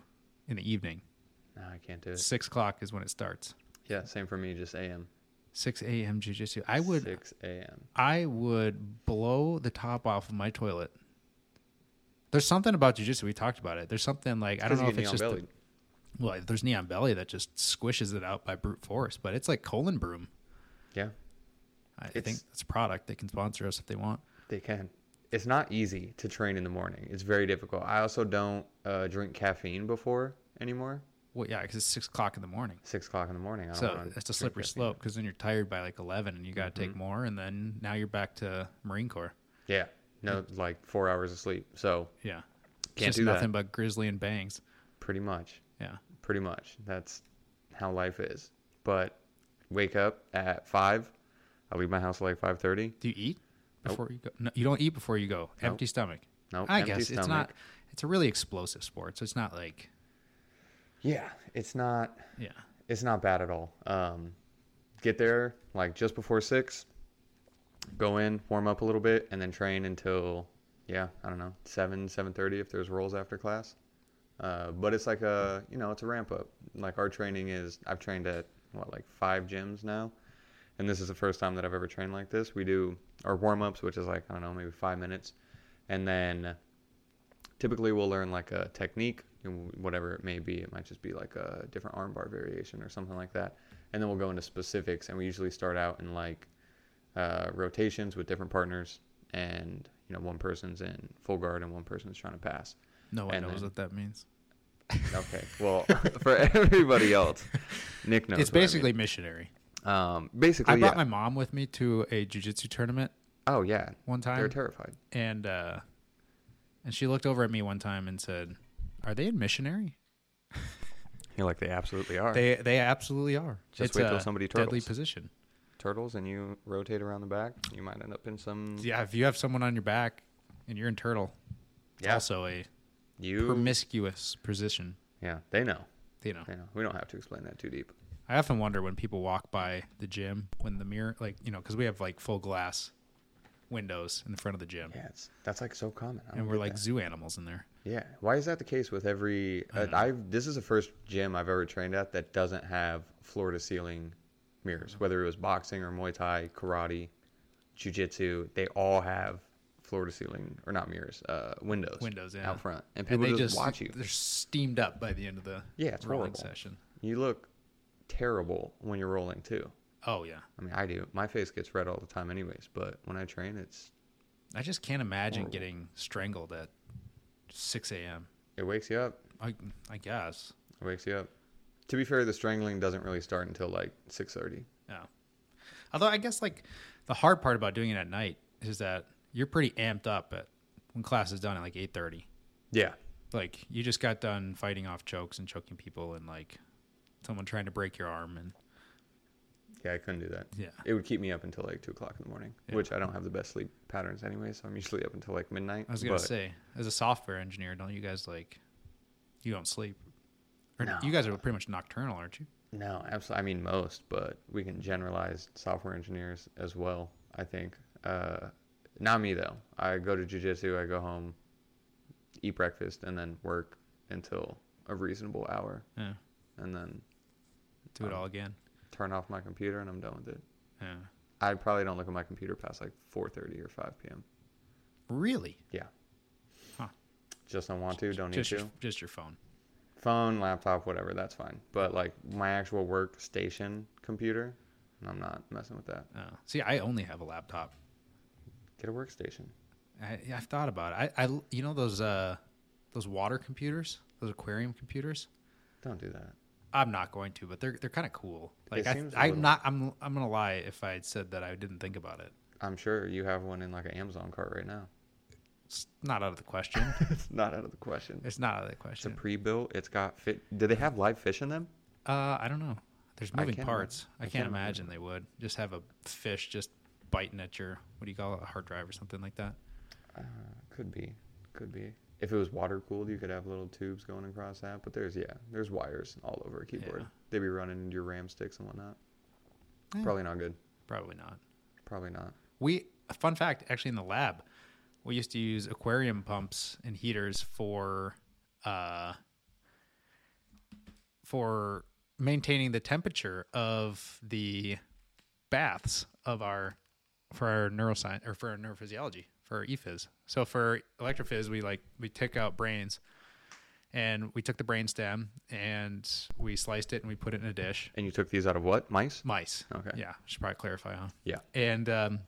Speaker 1: in the evening.
Speaker 2: no, I can't do it.
Speaker 1: Six o'clock is when it starts.
Speaker 2: Yeah, same for me. Just a.m.
Speaker 1: Six a.m. jujitsu. I would,
Speaker 2: six a.m.
Speaker 1: I would blow the top off of my toilet. There's something about jujitsu. We talked about it. There's something like I don't
Speaker 2: 'Cause
Speaker 1: know
Speaker 2: you
Speaker 1: if
Speaker 2: get
Speaker 1: it's just the,
Speaker 2: neon-bellied.
Speaker 1: well, there's neon belly that just squishes it out by brute force, but it's like colon broom.
Speaker 2: yeah,
Speaker 1: I
Speaker 2: It's-
Speaker 1: think that's a product they can sponsor us if they want.
Speaker 2: they can. It's not easy to train in the morning. It's very difficult. I also don't uh, drink caffeine before anymore.
Speaker 1: Well, yeah, because it's six o'clock in the morning.
Speaker 2: Six o'clock in the morning. I don't
Speaker 1: So it's
Speaker 2: wanna
Speaker 1: a
Speaker 2: drink Mm-hmm.
Speaker 1: slippery
Speaker 2: caffeine.
Speaker 1: slope because then you're tired by like 11 and you got to take more. And then now you're back to Marine Corps.
Speaker 2: Yeah, no,
Speaker 1: Mm.
Speaker 2: like four hours of sleep. So
Speaker 1: Yeah. It's
Speaker 2: Can't
Speaker 1: just
Speaker 2: do that.
Speaker 1: nothing but grizzly and bangs.
Speaker 2: pretty much,
Speaker 1: Yeah.
Speaker 2: pretty much. That's how life is. But wake up at five. I leave my house at like five thirty.
Speaker 1: Do you eat before you go? No, you don't eat before you go. Empty stomach.
Speaker 2: Nope,
Speaker 1: I
Speaker 2: empty
Speaker 1: guess it's
Speaker 2: stomach.
Speaker 1: not, it's a really explosive sport. So it's not like,
Speaker 2: Yeah, it's not.
Speaker 1: yeah.
Speaker 2: it's not bad at all. Um, get there like just before six, go in, warm up a little bit, and then train until yeah, I don't know, seven seven thirty if there's rolls after class. Uh, but it's like a you know it's a ramp up. Like our training is I've trained at what like five gyms now, and this is the first time that I've ever trained like this. We do our warm ups, which is like I don't know maybe five minutes, and then typically we'll learn like a technique and whatever it may be it might just be like a different armbar variation or something like that and then we'll go into specifics and we usually start out in like uh, rotations with different partners and you know one person's in full guard and one person's trying to pass
Speaker 1: No one
Speaker 2: And
Speaker 1: knows
Speaker 2: then-
Speaker 1: what that means.
Speaker 2: okay well for everybody else nick knows
Speaker 1: it's
Speaker 2: what I mean.
Speaker 1: basically missionary.
Speaker 2: um basically
Speaker 1: I brought
Speaker 2: yeah.
Speaker 1: my mom with me to a jujitsu tournament
Speaker 2: oh yeah
Speaker 1: one time.
Speaker 2: they're terrified
Speaker 1: and uh and she looked over at me one time and said, "Are they in missionary?"
Speaker 2: you're like they absolutely are
Speaker 1: They they absolutely are.
Speaker 2: Just
Speaker 1: it's
Speaker 2: wait till
Speaker 1: a
Speaker 2: somebody
Speaker 1: deadly
Speaker 2: turtles.
Speaker 1: position.
Speaker 2: turtles and you
Speaker 1: Mm-hmm.
Speaker 2: rotate around the back you might end up in some
Speaker 1: Yeah, if you have someone on your back and you're in turtle,
Speaker 2: Yeah.
Speaker 1: Also a
Speaker 2: You.
Speaker 1: promiscuous position.
Speaker 2: yeah, they know.
Speaker 1: You know,
Speaker 2: They know. We don't have to explain that too deep.
Speaker 1: I often wonder when people walk by the gym when the mirror, like you know, because we have like full glass windows in the front of the gym,
Speaker 2: Yeah, it's, that's like so common. I don't
Speaker 1: and we're
Speaker 2: get
Speaker 1: like
Speaker 2: that.
Speaker 1: zoo animals in there.
Speaker 2: yeah. Why is that the case with every? Uh,
Speaker 1: Mm.
Speaker 2: I've this is the first gym I've ever trained at that doesn't have floor to ceiling mirrors.
Speaker 1: Mm.
Speaker 2: Whether it was boxing or Muay Thai, karate, jujitsu, they all have floor to ceiling or not mirrors, uh, windows.
Speaker 1: Windows, yeah.
Speaker 2: out front,
Speaker 1: And
Speaker 2: and people
Speaker 1: they
Speaker 2: just,
Speaker 1: just
Speaker 2: watch you.
Speaker 1: They're steamed up by the end of the
Speaker 2: Yeah, it's
Speaker 1: rolling
Speaker 2: horrible.
Speaker 1: session.
Speaker 2: You look terrible when you're rolling too.
Speaker 1: Oh yeah,
Speaker 2: I mean, I do. My face gets red all the time, anyways. But when I train, it's
Speaker 1: I just can't imagine
Speaker 2: Horrible.
Speaker 1: getting strangled at 6 a.m.
Speaker 2: it wakes you up.
Speaker 1: I, I guess.
Speaker 2: It wakes you up. To be fair, the strangling doesn't really start until like six thirty.
Speaker 1: Yeah. Although I guess like the hard part about doing it at night is that you're pretty amped up at when class is done at like 8:30.
Speaker 2: Yeah.
Speaker 1: Like you just got done fighting off chokes and choking people and like someone trying to break your arm and
Speaker 2: Yeah, I couldn't do that.
Speaker 1: yeah.
Speaker 2: It would keep me up until like two o'clock in the morning,
Speaker 1: Yeah.
Speaker 2: which I don't have the best sleep patterns anyway, so I'm usually up until like midnight.
Speaker 1: I was going to
Speaker 2: but
Speaker 1: say as a software engineer, don't you guys like you don't sleep? Or
Speaker 2: No.
Speaker 1: you guys are pretty much nocturnal, aren't you?
Speaker 2: No, absolutely. I mean, most, but we can generalize software engineers as well. I think. Uh, not me though. I go to jujitsu. I go home, eat breakfast, and then work until a reasonable hour,
Speaker 1: Yeah.
Speaker 2: and then
Speaker 1: Do it
Speaker 2: Um,
Speaker 1: all again.
Speaker 2: turn off my computer, and I'm done with it.
Speaker 1: Yeah.
Speaker 2: I probably don't look at my computer past like 4:30 or 5 p.m.
Speaker 1: Really?
Speaker 2: Yeah.
Speaker 1: Huh.
Speaker 2: Just don't want to. Don't need
Speaker 1: Just
Speaker 2: to.
Speaker 1: your, just your phone.
Speaker 2: Phone, laptop, whatever. That's fine. But like my actual workstation computer, I'm not messing with that.
Speaker 1: Oh. See, I only have a laptop.
Speaker 2: Get a workstation.
Speaker 1: I, yeah, I've thought about it. I, I, you know those uh, those water computers, those aquarium computers.
Speaker 2: Don't do that.
Speaker 1: I'm not going to, but they're they're kind of cool. Like
Speaker 2: It
Speaker 1: I,
Speaker 2: seems a
Speaker 1: I'm
Speaker 2: little-
Speaker 1: not. I'm I'm gonna lie if I said that I didn't think about it.
Speaker 2: I'm sure you have one in like an Amazon cart right now.
Speaker 1: It's not out of the question.
Speaker 2: it's not out of the question.
Speaker 1: it's not out of the
Speaker 2: It's a
Speaker 1: question.
Speaker 2: pre-built. It's got fit. Do they have live fish in them?
Speaker 1: uh, I don't know. There's moving
Speaker 2: can't
Speaker 1: parts.
Speaker 2: imagine-
Speaker 1: I
Speaker 2: I
Speaker 1: can't,
Speaker 2: can't
Speaker 1: imagine they would just have a fish just biting at your what do you call it, a hard drive or something like that.
Speaker 2: Uh, could be. Could be. If it was water cooled, you could have little tubes going across that. But there's yeah, there's wires all over a keyboard.
Speaker 1: Yeah.
Speaker 2: They'd be running into your RAM sticks and whatnot.
Speaker 1: Eh.
Speaker 2: Probably not good.
Speaker 1: Probably not.
Speaker 2: Probably not.
Speaker 1: We a fun fact actually in the lab, we used to use aquarium pumps and heaters for uh for maintaining the temperature of the baths of our for our neuroscience or for our neurophysiology for our E ephys. So for electrophys, we like we took out brains and we took the brain stem and we sliced it and we put it in a dish.
Speaker 2: And you took these out of what? Mice?
Speaker 1: Mice.
Speaker 2: Okay.
Speaker 1: Yeah, should probably clarify, huh?
Speaker 2: Yeah.
Speaker 1: and um,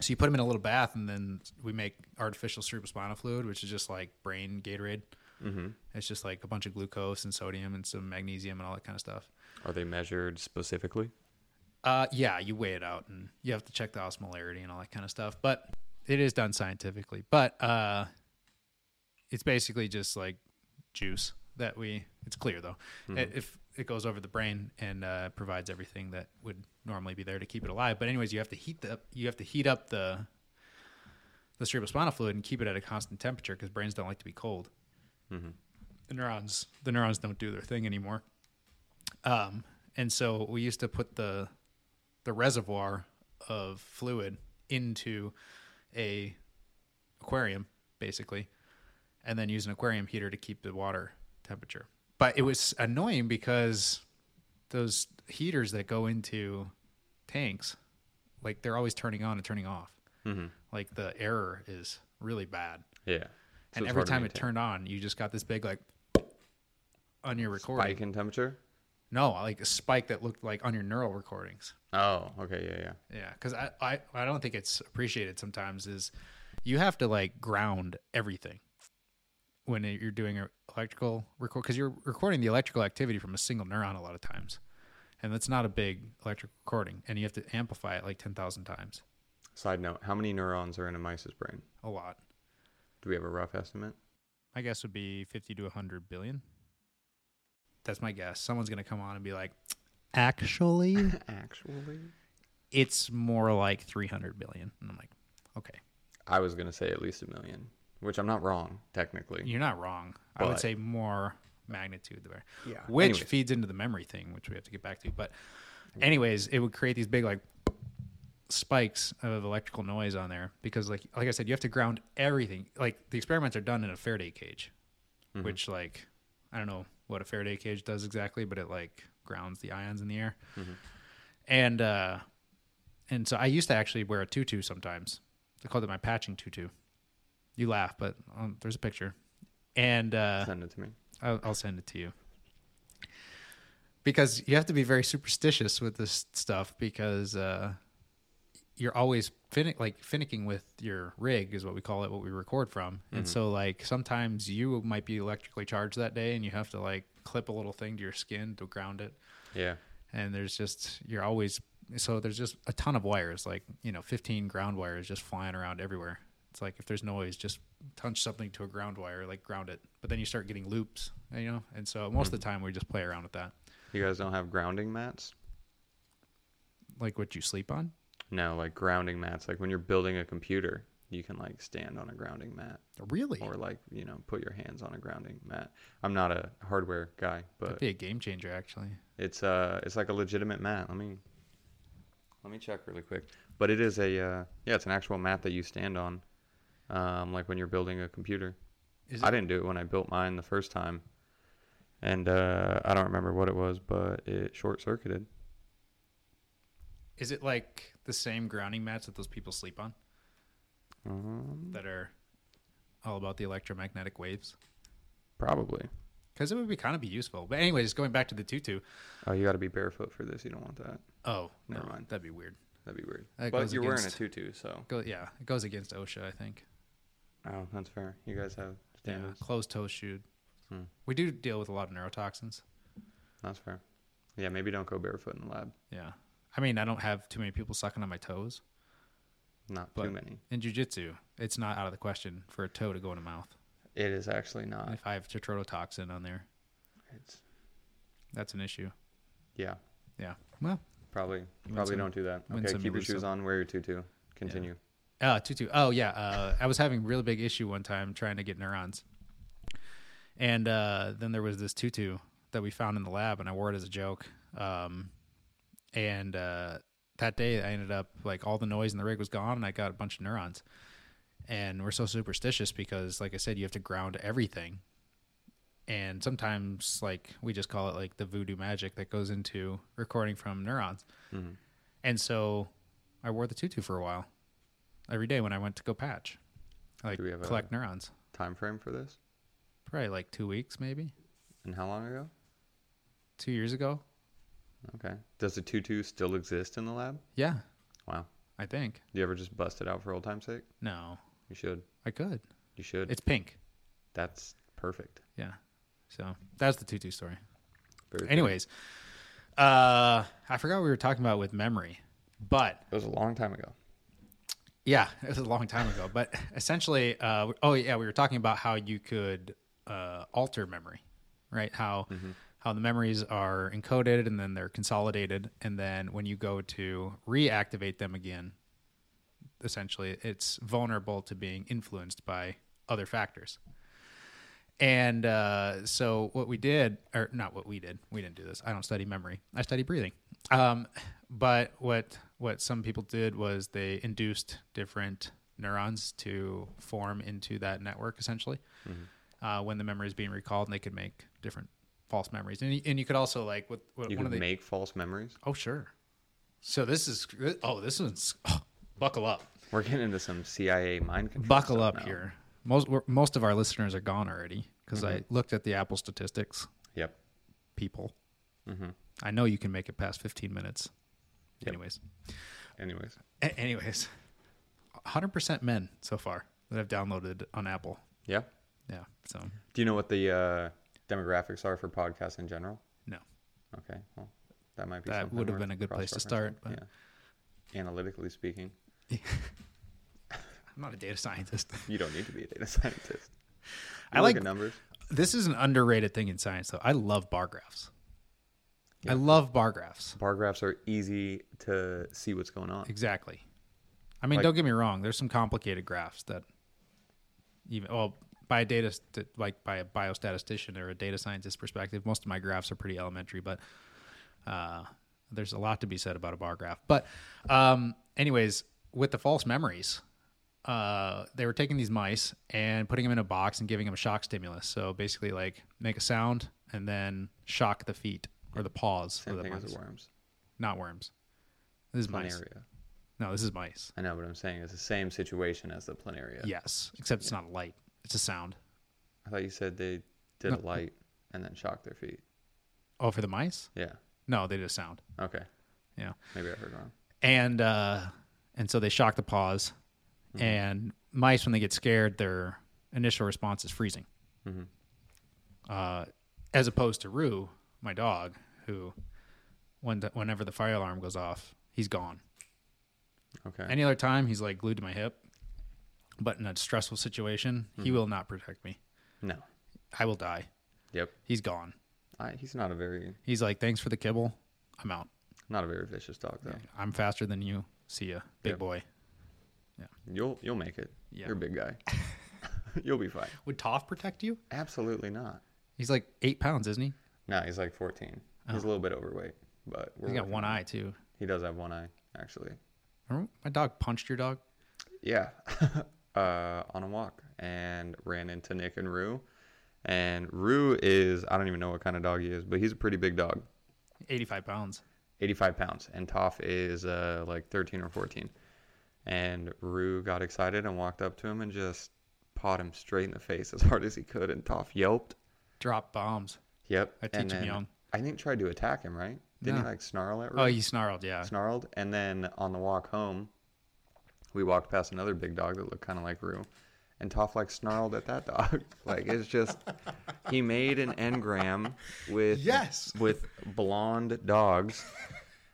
Speaker 1: so you put them in a little bath, and then we make artificial cerebrospinal fluid, which is just like brain Gatorade.
Speaker 2: Mm-hmm.
Speaker 1: It's just like a bunch of glucose and sodium and some magnesium and all that kind of stuff.
Speaker 2: Are they measured specifically?
Speaker 1: Uh, yeah, you weigh it out, and you have to check the osmolarity and all that kind of stuff. But it is done scientifically. But uh, it's basically just like juice that we. It's clear though. It, if it goes over the brain and uh, provides everything that would normally be there to keep it alive. But anyways, you have to heat the you have to heat up the the cerebrospinal fluid and keep it at a constant temperature because brains don't like to be cold. The neurons the neurons don't do their thing anymore. Um, and so we used to put the the reservoir of fluid into a aquarium basically and then use an aquarium heater to keep the water temperature but it was annoying because those heaters that go into tanks like they're always turning on and turning off
Speaker 2: Mm-hmm.
Speaker 1: like the error is really bad
Speaker 2: Yeah. So
Speaker 1: and
Speaker 2: it's
Speaker 1: every
Speaker 2: hard to
Speaker 1: time it
Speaker 2: maintain.
Speaker 1: turned on you just got this big like on your recording
Speaker 2: spike in temperature.
Speaker 1: no like a spike that looked like on your neural recordings
Speaker 2: Oh, okay, yeah, yeah.
Speaker 1: yeah, because I, I I don't think it's appreciated sometimes. Is you have to like ground everything when you're doing a electrical record because you're recording the electrical activity from a single neuron a lot of times, and that's not a big electric recording, and you have to amplify it like ten thousand times.
Speaker 2: Side note: How many neurons are in a mice's brain?
Speaker 1: A lot,
Speaker 2: Do we have a rough estimate?
Speaker 1: I guess, would be fifty to hundred billion. That's my guess. Someone's gonna come on and be like, actually,
Speaker 2: Actually,
Speaker 1: it's more like three hundred billion, and I'm like, okay,
Speaker 2: I was gonna say at least a million, which I'm not wrong technically.
Speaker 1: You're not wrong. I would
Speaker 2: But-
Speaker 1: say more magnitude the better.
Speaker 2: Yeah.
Speaker 1: Which
Speaker 2: Anyways.
Speaker 1: feeds into the memory thing, which we have to get back to. But anyways, it would create these big like spikes of electrical noise on there because like like I said, you have to ground everything. Like the experiments are done in a Faraday cage,
Speaker 2: Mm-hmm.
Speaker 1: which like I don't know what a Faraday cage does exactly, but it like grounds the ions in the air. And uh and so I used to actually wear a tutu sometimes. They called it my patching tutu. You laugh, but um, there's a picture. And uh,
Speaker 2: Send it to me.
Speaker 1: I'll, I'll send it to you. Because you have to be very superstitious with this stuff because uh, you're always finnick like finicking with your rig is what we call it, what we record from. And so like sometimes you might be electrically charged that day and you have to like clip a little thing to your skin to ground it.
Speaker 2: Yeah.
Speaker 1: And there's just you're always so there's just a ton of wires, like, you know, fifteen ground wires just flying around everywhere. It's like if there's noise, just punch something to a ground wire, like ground it. But then you start getting loops, you know? And so most of the
Speaker 2: Hmm.
Speaker 1: time we just play around with that.
Speaker 2: You guys don't have grounding mats?
Speaker 1: Like what you sleep on?
Speaker 2: No, like grounding mats. Like when you're building a computer, you can like stand on a grounding mat
Speaker 1: Really?
Speaker 2: or like, you know, put your hands on a grounding mat. I'm not a hardware guy,
Speaker 1: That'd
Speaker 2: but
Speaker 1: be a game changer actually.
Speaker 2: It's uh, it's like a legitimate mat. Let me, let me check really quick. But it is a uh, yeah, it's an actual mat that you stand on, um, like when you're building a computer.
Speaker 1: Is
Speaker 2: I didn't do it when I built mine the first time, and uh, I don't remember what it was, but it short circuited.
Speaker 1: Is it like the same grounding mats that those people sleep on
Speaker 2: Um,
Speaker 1: that are all about the electromagnetic waves?
Speaker 2: probably.
Speaker 1: Because it would be kind of be useful. But anyways, going back to the tutu.
Speaker 2: Oh, you got to be barefoot for this. You don't want that.
Speaker 1: Oh,
Speaker 2: Never
Speaker 1: no,
Speaker 2: mind.
Speaker 1: That'd be weird.
Speaker 2: That'd be weird.
Speaker 1: That
Speaker 2: but
Speaker 1: goes
Speaker 2: you're
Speaker 1: against-
Speaker 2: wearing a tutu, so
Speaker 1: Go, yeah, it goes against OSHA, I think.
Speaker 2: oh, that's fair. You guys have
Speaker 1: Yeah,
Speaker 2: standards.
Speaker 1: closed toe shoed.
Speaker 2: Hmm.
Speaker 1: We do deal with a lot of neurotoxins.
Speaker 2: That's fair. Yeah, maybe don't go barefoot in the lab.
Speaker 1: Yeah, I mean, I don't have too many people sucking on my toes.
Speaker 2: Not too
Speaker 1: But-
Speaker 2: many.
Speaker 1: In jujitsu, it's not out of the question for a toe to go in a mouth.
Speaker 2: It is actually not.
Speaker 1: If I have tetrodotoxin on there,
Speaker 2: It's
Speaker 1: that's an issue.
Speaker 2: yeah.
Speaker 1: Yeah. Well,
Speaker 2: Probably,
Speaker 1: win
Speaker 2: probably
Speaker 1: some-
Speaker 2: don't do that.
Speaker 1: win
Speaker 2: Okay,
Speaker 1: some, you
Speaker 2: keep your
Speaker 1: lose
Speaker 2: shoes
Speaker 1: some.
Speaker 2: on. Wear your tutu. Continue.
Speaker 1: Uh, tutu. Oh yeah. Uh, I was having a really big issue one time trying to get neurons, and uh, then there was this tutu that we found in the lab, and I wore it as a joke. Um, and uh, that day, I ended up like all the noise in the rig was gone, and I got a bunch of neurons. And we're so superstitious because, like I said, you have to ground everything. And sometimes, like we just call it like the voodoo magic that goes into recording from neurons.
Speaker 2: Mm-hmm.
Speaker 1: And so, I wore the tutu for a while every day when I went to go patch, like
Speaker 2: Do we have a-
Speaker 1: collect neurons.
Speaker 2: Time frame for this,
Speaker 1: Probably like two weeks, maybe
Speaker 2: and how long ago?
Speaker 1: two years ago.
Speaker 2: Okay. Does the tutu still exist in the lab?
Speaker 1: Yeah,
Speaker 2: Wow.
Speaker 1: I think.
Speaker 2: Do you ever just bust it out for old time's sake?
Speaker 1: No,
Speaker 2: You should.
Speaker 1: I could.
Speaker 2: You should.
Speaker 1: It's pink.
Speaker 2: That's perfect.
Speaker 1: Yeah. So that's the tutu story.
Speaker 2: Very good.
Speaker 1: Anyways, uh, I forgot what we were talking about with memory, but
Speaker 2: It was a long time ago.
Speaker 1: Yeah, it was a long time ago, but essentially, uh, oh yeah, we were talking about how you could uh, alter memory, right? How
Speaker 2: Mm-hmm.
Speaker 1: how the memories are encoded and then they're consolidated, and then when you go to reactivate them again, essentially, it's vulnerable to being influenced by other factors. And uh, so what we did, or not what we did, we didn't do this. I don't study memory. I study breathing. Um, but what what some people did was they induced different neurons to form into that network essentially
Speaker 2: Mm-hmm.
Speaker 1: uh, when the memory is being recalled, and they could make different false memories. And you, and you could also like what, what
Speaker 2: You
Speaker 1: one of
Speaker 2: can
Speaker 1: the
Speaker 2: make false memories.
Speaker 1: oh sure. So this is oh this one's buckle up
Speaker 2: We're getting into some CIA mind control.
Speaker 1: buckle
Speaker 2: stuff
Speaker 1: up
Speaker 2: now.
Speaker 1: here. Most we're, most of our listeners are gone already because I looked at the Apple statistics
Speaker 2: Yep.
Speaker 1: people. I know you can make it past 15 minutes. Anyways,
Speaker 2: Anyways,
Speaker 1: A- anyways, 100% men so far that I've downloaded on Apple.
Speaker 2: yeah.
Speaker 1: Yeah. So
Speaker 2: Do you know what the uh, demographics are for podcasts in general?
Speaker 1: no,
Speaker 2: Okay. Well, that might be
Speaker 1: That
Speaker 2: something
Speaker 1: would have
Speaker 2: worth
Speaker 1: been a good place to
Speaker 2: cross-referencing.
Speaker 1: start, but-
Speaker 2: Yeah. Analytically speaking,
Speaker 1: I'm not a data scientist.
Speaker 2: you don't need to be a data scientist.
Speaker 1: I
Speaker 2: You look
Speaker 1: like-
Speaker 2: at numbers.
Speaker 1: this is an underrated thing in science though. I love bar graphs.
Speaker 2: Yeah.
Speaker 1: I love bar graphs.
Speaker 2: Bar graphs are easy to see what's going on.
Speaker 1: Exactly. I mean,
Speaker 2: Like-
Speaker 1: don't get me wrong. There's some complicated graphs that even well by a data st- like by a biostatistician or a data scientist perspective. Most of my graphs are pretty elementary, but uh, there's a lot to be said about a bar graph. But um, anyways, with the false memories, uh, they were taking these mice and putting them in a box and giving them a shock stimulus. So basically, like make a sound and then shock the feet or the paws
Speaker 2: Same
Speaker 1: of the
Speaker 2: thing
Speaker 1: mice.
Speaker 2: as the worms.
Speaker 1: Not worms. This is mice.
Speaker 2: Planaria.
Speaker 1: No, this is mice.
Speaker 2: I know, but I'm saying it's the same situation as the planaria.
Speaker 1: Yes, except it's not a light; it's a sound.
Speaker 2: I thought you said they did a light and then shocked their feet.
Speaker 1: Oh, for the mice?
Speaker 2: Yeah.
Speaker 1: No, they did a sound.
Speaker 2: Okay.
Speaker 1: Yeah,
Speaker 2: Maybe I heard wrong.
Speaker 1: and uh, and so they shock the paws, and mice when they get scared, their initial response is freezing. Uh, as opposed to Rue, my dog, who when whenever the fire alarm goes off, he's gone.
Speaker 2: Okay.
Speaker 1: Any other time, he's like glued to my hip. But in a stressful situation, he will not protect me.
Speaker 2: no.
Speaker 1: I will die.
Speaker 2: Yep.
Speaker 1: He's gone.
Speaker 2: I, he's not a very
Speaker 1: He's like, thanks for the kibble. I'm out.
Speaker 2: not a very vicious dog though.
Speaker 1: I'm faster than you. See ya, big
Speaker 2: Yeah.
Speaker 1: boy.
Speaker 2: You'll you'll make it.
Speaker 1: Yeah.
Speaker 2: You're a big guy. you'll be fine.
Speaker 1: Would Toph protect you?
Speaker 2: Absolutely not.
Speaker 1: He's like eight pounds, isn't he?
Speaker 2: No, he's like 14. He's a little bit overweight, but we're
Speaker 1: He's Oh. got
Speaker 2: working
Speaker 1: one
Speaker 2: on it.
Speaker 1: eye too.
Speaker 2: He does have one eye actually.
Speaker 1: Remember my dog punched your dog?
Speaker 2: Yeah. uh, on a walk and ran into Nick and Rue. And Rue is I don't even know what kind of dog he is, but he's a pretty big dog.
Speaker 1: Eighty-five pounds.
Speaker 2: 85 pounds, and Toph is uh, like 13 or 14. And Rue got excited and walked up to him and just pawed him straight in the face as hard as he could, and Toph yelped.
Speaker 1: Drop bombs.
Speaker 2: Yep.
Speaker 1: I
Speaker 2: and
Speaker 1: teach him young.
Speaker 2: I think tried to attack him, right? Didn't he
Speaker 1: No.
Speaker 2: like snarl at Rue?
Speaker 1: Oh, he snarled. Yeah.
Speaker 2: Snarled, and then on the walk home, we walked past another big dog that looked kind of like Rue, and Toph like snarled at that dog. like it's just he made an engram with
Speaker 1: Yes.
Speaker 2: with blonde dogs,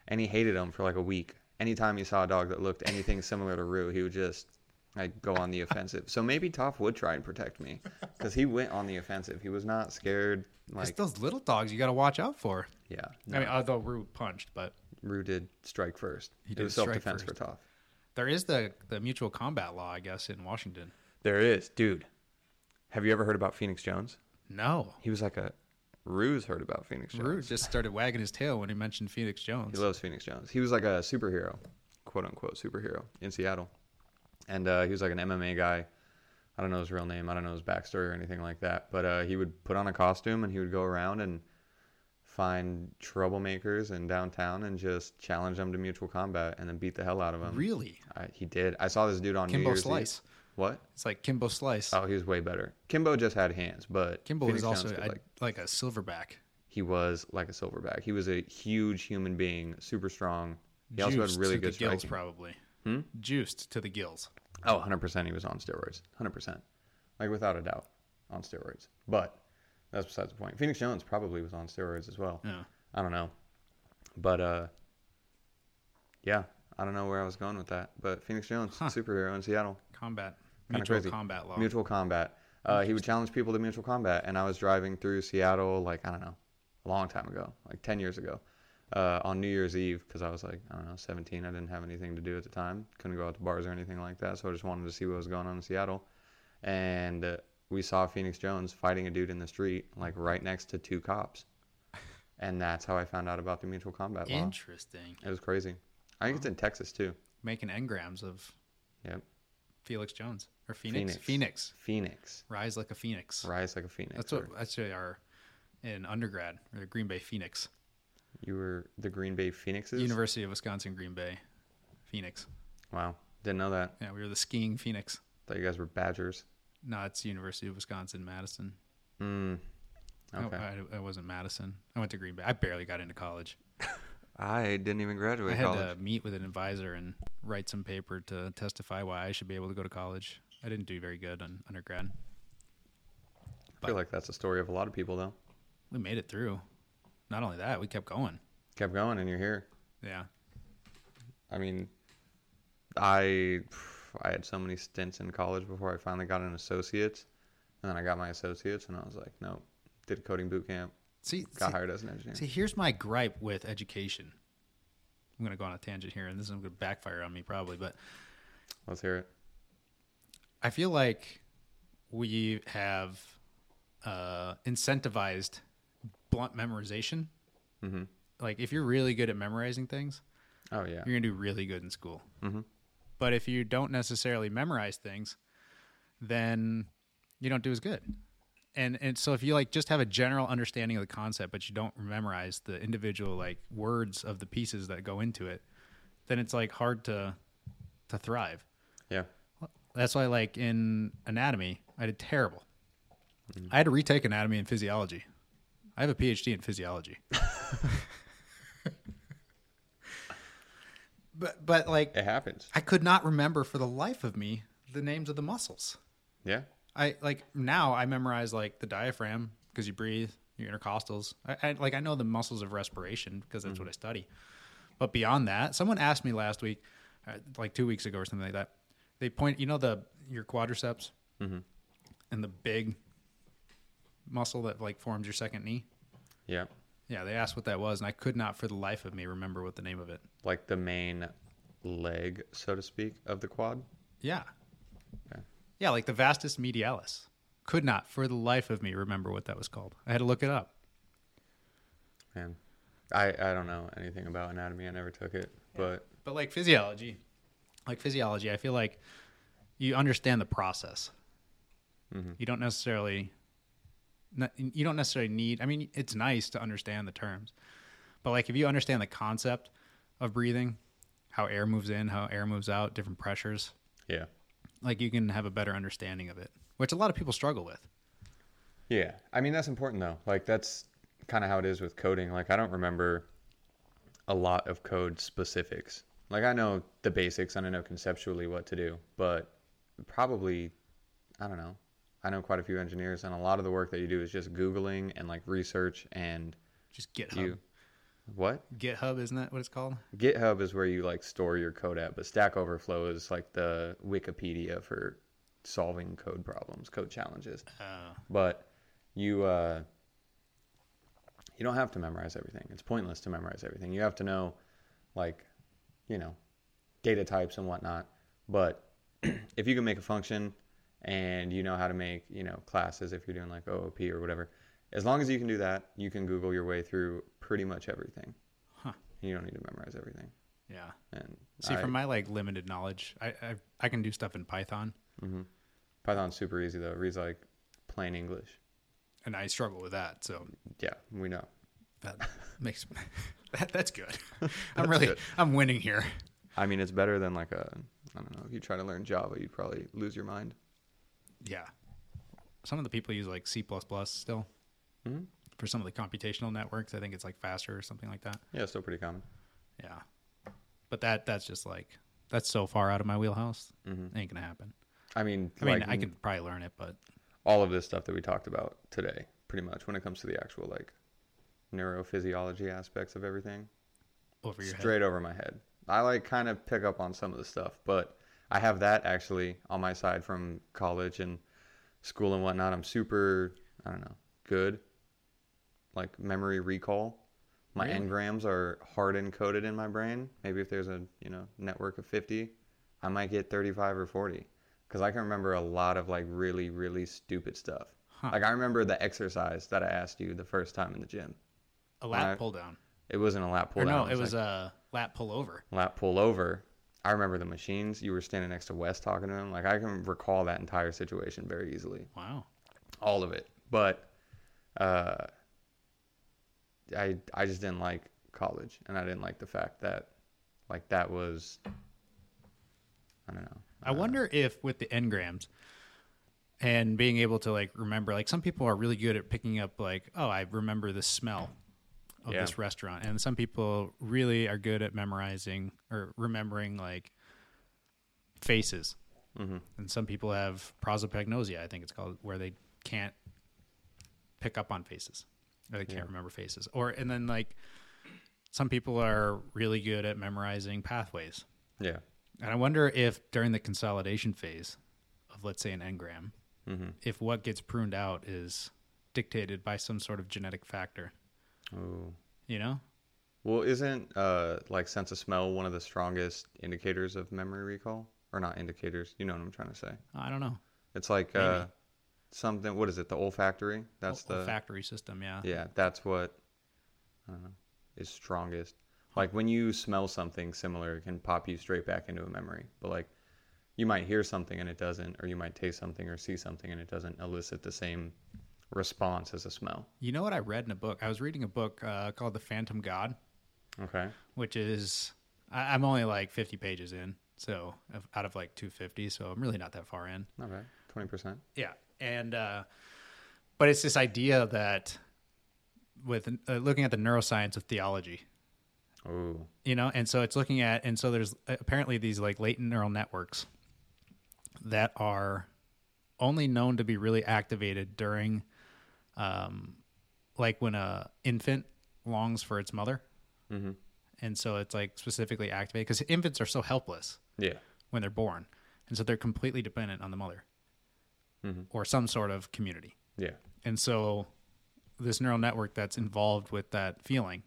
Speaker 2: and he hated them for like a week. Anytime he saw a dog that looked anything similar to Rue, he would just like go on the offensive. So maybe Toph would try and protect me because he went on the offensive. He was not scared.
Speaker 1: It's
Speaker 2: Like
Speaker 1: those little dogs you got to watch out for.
Speaker 2: yeah,
Speaker 1: I mean, although Rue punched, but
Speaker 2: Rue did strike first. He
Speaker 1: did
Speaker 2: it was
Speaker 1: strike
Speaker 2: self defense for
Speaker 1: first.
Speaker 2: Toph.
Speaker 1: there is the the mutual combat law, I guess, in Washington.
Speaker 2: There is, dude. Have you ever heard about Phoenix Jones?
Speaker 1: No,
Speaker 2: He was like a Rue's heard about Phoenix Jones.
Speaker 1: Rue just started wagging his tail when he mentioned Phoenix Jones.
Speaker 2: He loves Phoenix Jones. He was like a superhero, quote unquote superhero in Seattle, and uh, he was like an MMA guy. I don't know his real name. I don't know his backstory or anything like that. But uh, he would put on a costume and he would go around and find troublemakers in downtown and just challenge them to mutual combat and then beat the hell out of them.
Speaker 1: Really?
Speaker 2: I, he did. I saw this dude on New
Speaker 1: Kimbo
Speaker 2: Year's Eve.
Speaker 1: Slice.
Speaker 2: What?
Speaker 1: It's like Kimbo Slice.
Speaker 2: Oh, he was way better. Kimbo just had hands, but
Speaker 1: Kimbo
Speaker 2: Phoenix
Speaker 1: is also
Speaker 2: Jones could,
Speaker 1: a,
Speaker 2: like,
Speaker 1: like a silverback.
Speaker 2: he was like a silverback. He was a huge human being, super strong. He also had
Speaker 1: Juiced
Speaker 2: really
Speaker 1: to
Speaker 2: good
Speaker 1: the gills,
Speaker 2: striking. Hmm?
Speaker 1: probably. Juiced to the gills.
Speaker 2: Oh, 100% he was on steroids. 100%. Like without a doubt on steroids. But that's besides the point. Phoenix Jones probably was on steroids as well.
Speaker 1: Yeah.
Speaker 2: I don't know. But uh yeah, I don't know where I was going with that, but Phoenix Jones, superhero in Seattle.
Speaker 1: Combat.
Speaker 2: Kinda
Speaker 1: Mutual
Speaker 2: crazy.
Speaker 1: combat law.
Speaker 2: Mutual combat. Uh, he would challenge people to mutual combat, and I was driving through Seattle, like I don't know, a long time ago, like ten years ago, uh, on New Year's Eve, because I was like I don't know, seventeen. I didn't have anything to do at the time, couldn't go out to bars or anything like that, so I just wanted to see what was going on in Seattle, and uh, we saw Phoenix Jones fighting a dude in the street, like right next to two cops, and that's how I found out about the mutual combat law.
Speaker 1: Interesting.
Speaker 2: It was crazy. I think it's in Texas too.
Speaker 1: Making engrams of
Speaker 2: Yep.
Speaker 1: Felix Jones or Phoenix. Phoenix.
Speaker 2: Phoenix. Phoenix.
Speaker 1: Rise like a phoenix.
Speaker 2: Rise like a phoenix.
Speaker 1: That's
Speaker 2: or-
Speaker 1: what that's what our in undergrad or the Green Bay Phoenix.
Speaker 2: You were the Green Bay Phoenixes?
Speaker 1: University of Wisconsin Green Bay Phoenix.
Speaker 2: Wow. Didn't know that.
Speaker 1: Yeah, we were the skiing Phoenix.
Speaker 2: Thought you guys were Badgers.
Speaker 1: No, it's University of Wisconsin Madison.
Speaker 2: Mm.
Speaker 1: No,
Speaker 2: Okay.
Speaker 1: I, I wasn't Madison. I went to Green Bay. I barely got into college.
Speaker 2: I didn't even graduate
Speaker 1: I had
Speaker 2: college.
Speaker 1: to meet with an advisor and write some paper to testify why I should be able to go to college. I didn't do very good on undergrad.
Speaker 2: I feel like that's the story of a lot of people, though.
Speaker 1: We made it through. Not only that, we kept going.
Speaker 2: Kept going, and you're here.
Speaker 1: Yeah.
Speaker 2: I mean, I I had so many stints in college before I finally got an associate's, and then I got my associate's, and I was like, no, did a coding boot camp,
Speaker 1: See,
Speaker 2: got
Speaker 1: see,
Speaker 2: hired as an engineer.
Speaker 1: see, here's my gripe with education. I'm going to go on a tangent here, and this is going to backfire on me probably, but
Speaker 2: Let's hear it.
Speaker 1: I feel like we have uh, incentivized blunt memorization.
Speaker 2: Mm-hmm.
Speaker 1: Like if you're really good at memorizing things,
Speaker 2: Oh yeah.
Speaker 1: you're gonna do really good in school. But if you don't necessarily memorize things, then you don't do as good. And and so if you like just have a general understanding of the concept, but you don't memorize the individual like words of the pieces that go into it, then it's like hard to to thrive.
Speaker 2: Yeah.
Speaker 1: That's why like in anatomy, I did terrible. I had to retake anatomy and physiology. I have a PhD in physiology. but but like
Speaker 2: It happens.
Speaker 1: I could not remember for the life of me the names of the muscles.
Speaker 2: Yeah.
Speaker 1: I like now I memorize like the diaphragm because you breathe, your intercostals. I, I like I know the muscles of respiration because that's what I study. But beyond that, someone asked me last week, uh, like two weeks ago or something like that. They point, you know, the your quadriceps and the big muscle that like forms your second knee.
Speaker 2: Yeah.
Speaker 1: Yeah, they asked what that was, and I could not for the life of me remember what the name of it.
Speaker 2: Like the main leg, so to speak, of the quad.
Speaker 1: Yeah.
Speaker 2: Okay.
Speaker 1: Yeah, like the vastus medialis. Could not for the life of me remember what that was called. I had to look it up.
Speaker 2: Man. I, I don't know anything about anatomy. I never took it. But
Speaker 1: But like physiology, like physiology, I feel like you understand the process.
Speaker 2: Mm-hmm.
Speaker 1: You don't necessarily n- you don't necessarily need. I mean, it's nice to understand the terms, but like if you understand the concept of breathing, how air moves in, how air moves out, different pressures,
Speaker 2: yeah.
Speaker 1: like you can have a better understanding of it, which a lot of people struggle with.
Speaker 2: Yeah. I mean, that's important though. Like that's kind of how it is with coding. Like I don't remember a lot of code specifics. Like I know the basics and I know conceptually what to do, but probably I don't know. I know quite a few engineers and a lot of the work that you do is just googling and like research and
Speaker 1: Just GitHub.
Speaker 2: you what?
Speaker 1: GitHub isn't that what it's called?
Speaker 2: GitHub is where you like store your code at, but Stack Overflow is like the Wikipedia for solving code problems, code challenges.
Speaker 1: Uh,
Speaker 2: but you uh, you don't have to memorize everything. It's pointless to memorize everything. You have to know, like, you know, data types and whatnot. But if you can make a function and you know how to make you know classes, if you're doing like OOP or whatever, as long as you can do that, you can Google your way through pretty much everything.
Speaker 1: Huh.
Speaker 2: You don't need to memorize everything.
Speaker 1: yeah.
Speaker 2: And
Speaker 1: See,
Speaker 2: I-
Speaker 1: from my like limited knowledge, I, I I can do stuff in Python,
Speaker 2: Python's super easy though. It reads like plain English.
Speaker 1: and I struggle with that. So
Speaker 2: Yeah, we know.
Speaker 1: that makes that, that's good. I'm really I'm winning here.
Speaker 2: I mean, it's better than like a. I don't know. If you try to learn Java, you'd probably lose your mind.
Speaker 1: Yeah. Some of the people use like C plus plus still
Speaker 2: Mhm.
Speaker 1: for some of the computational networks. I think it's like faster or something like that.
Speaker 2: Yeah, it's still pretty common.
Speaker 1: Yeah. But that that's just like that's so far out of my wheelhouse. Ain't gonna happen.
Speaker 2: I mean,
Speaker 1: I mean,
Speaker 2: like,
Speaker 1: I could probably learn it, but
Speaker 2: all of this stuff that we talked about today, pretty much, when it comes to the actual like neurophysiology aspects of everything,
Speaker 1: over your head.
Speaker 2: straight over my head. I like kind of pick up on some of the stuff, but I have that actually on my side from college and school and whatnot. I'm super, I don't know, good. Like memory recall. My
Speaker 1: Really?
Speaker 2: engrams are hard encoded in my brain. Maybe if there's a you know network of 50, I might get 35 or 40 because I can remember a lot of like really really stupid stuff.
Speaker 1: Huh.
Speaker 2: Like I remember the exercise that I asked you the first time in the gym.
Speaker 1: A lap
Speaker 2: I-
Speaker 1: pull down.
Speaker 2: It wasn't a lap
Speaker 1: Or
Speaker 2: pull
Speaker 1: no,
Speaker 2: down,
Speaker 1: it was a lap pull over.
Speaker 2: lap pull over. I remember the machines. You were standing next to Wes talking to him. Like I can recall that entire situation very easily,
Speaker 1: Wow.
Speaker 2: all of it. But uh, I I just didn't like college, and I didn't like the fact that like that was I don't know.
Speaker 1: I wonder if with the engrams and being able to like remember, like some people are really good at picking up like, oh, I remember the smell of
Speaker 2: Yeah.
Speaker 1: this restaurant, and some people really are good at memorizing or remembering like faces, and some people have prosopagnosia, I think it's called, where they can't pick up on faces, or they can't remember faces, or and then like some people are really good at memorizing pathways.
Speaker 2: Yeah,
Speaker 1: And I wonder if during the consolidation phase of, let's say, an engram,
Speaker 2: Mm-hmm.
Speaker 1: if what gets pruned out is dictated by some sort of genetic factor.
Speaker 2: Ooh.
Speaker 1: You know?
Speaker 2: Well, isn't uh like sense of smell one of the strongest indicators of memory recall? Or not indicators? You know what I'm trying to say.
Speaker 1: I don't know.
Speaker 2: It's like uh, something. What is it? The olfactory. That's the
Speaker 1: olfactory system. Yeah.
Speaker 2: yeah. That's what I don't know is strongest. Like when you smell something similar, it can pop you straight back into a memory. But like you might hear something and it doesn't, or you might taste something or see something and it doesn't elicit the same response as a smell.
Speaker 1: You know what I read in a book? I was reading a book uh, called The Phantom God,
Speaker 2: Okay.
Speaker 1: which is I, I'm only like 50 pages in, so of- out of like 250, so I'm really not that far in.
Speaker 2: All right. Twenty percent.
Speaker 1: Yeah, and uh, but it's this idea that with uh, looking at the neuroscience of theology,
Speaker 2: Ooh.
Speaker 1: you know, and so it's looking at and so there's uh, apparently these like latent neural networks that are only known to be really activated during, um, like when a infant longs for its mother, mm-hmm. and so it's like specifically activated because infants are so helpless
Speaker 2: Yeah.
Speaker 1: when they're born, and so they're completely dependent on the mother or some sort of community.
Speaker 2: Yeah.
Speaker 1: And so this neural network that's involved with that feeling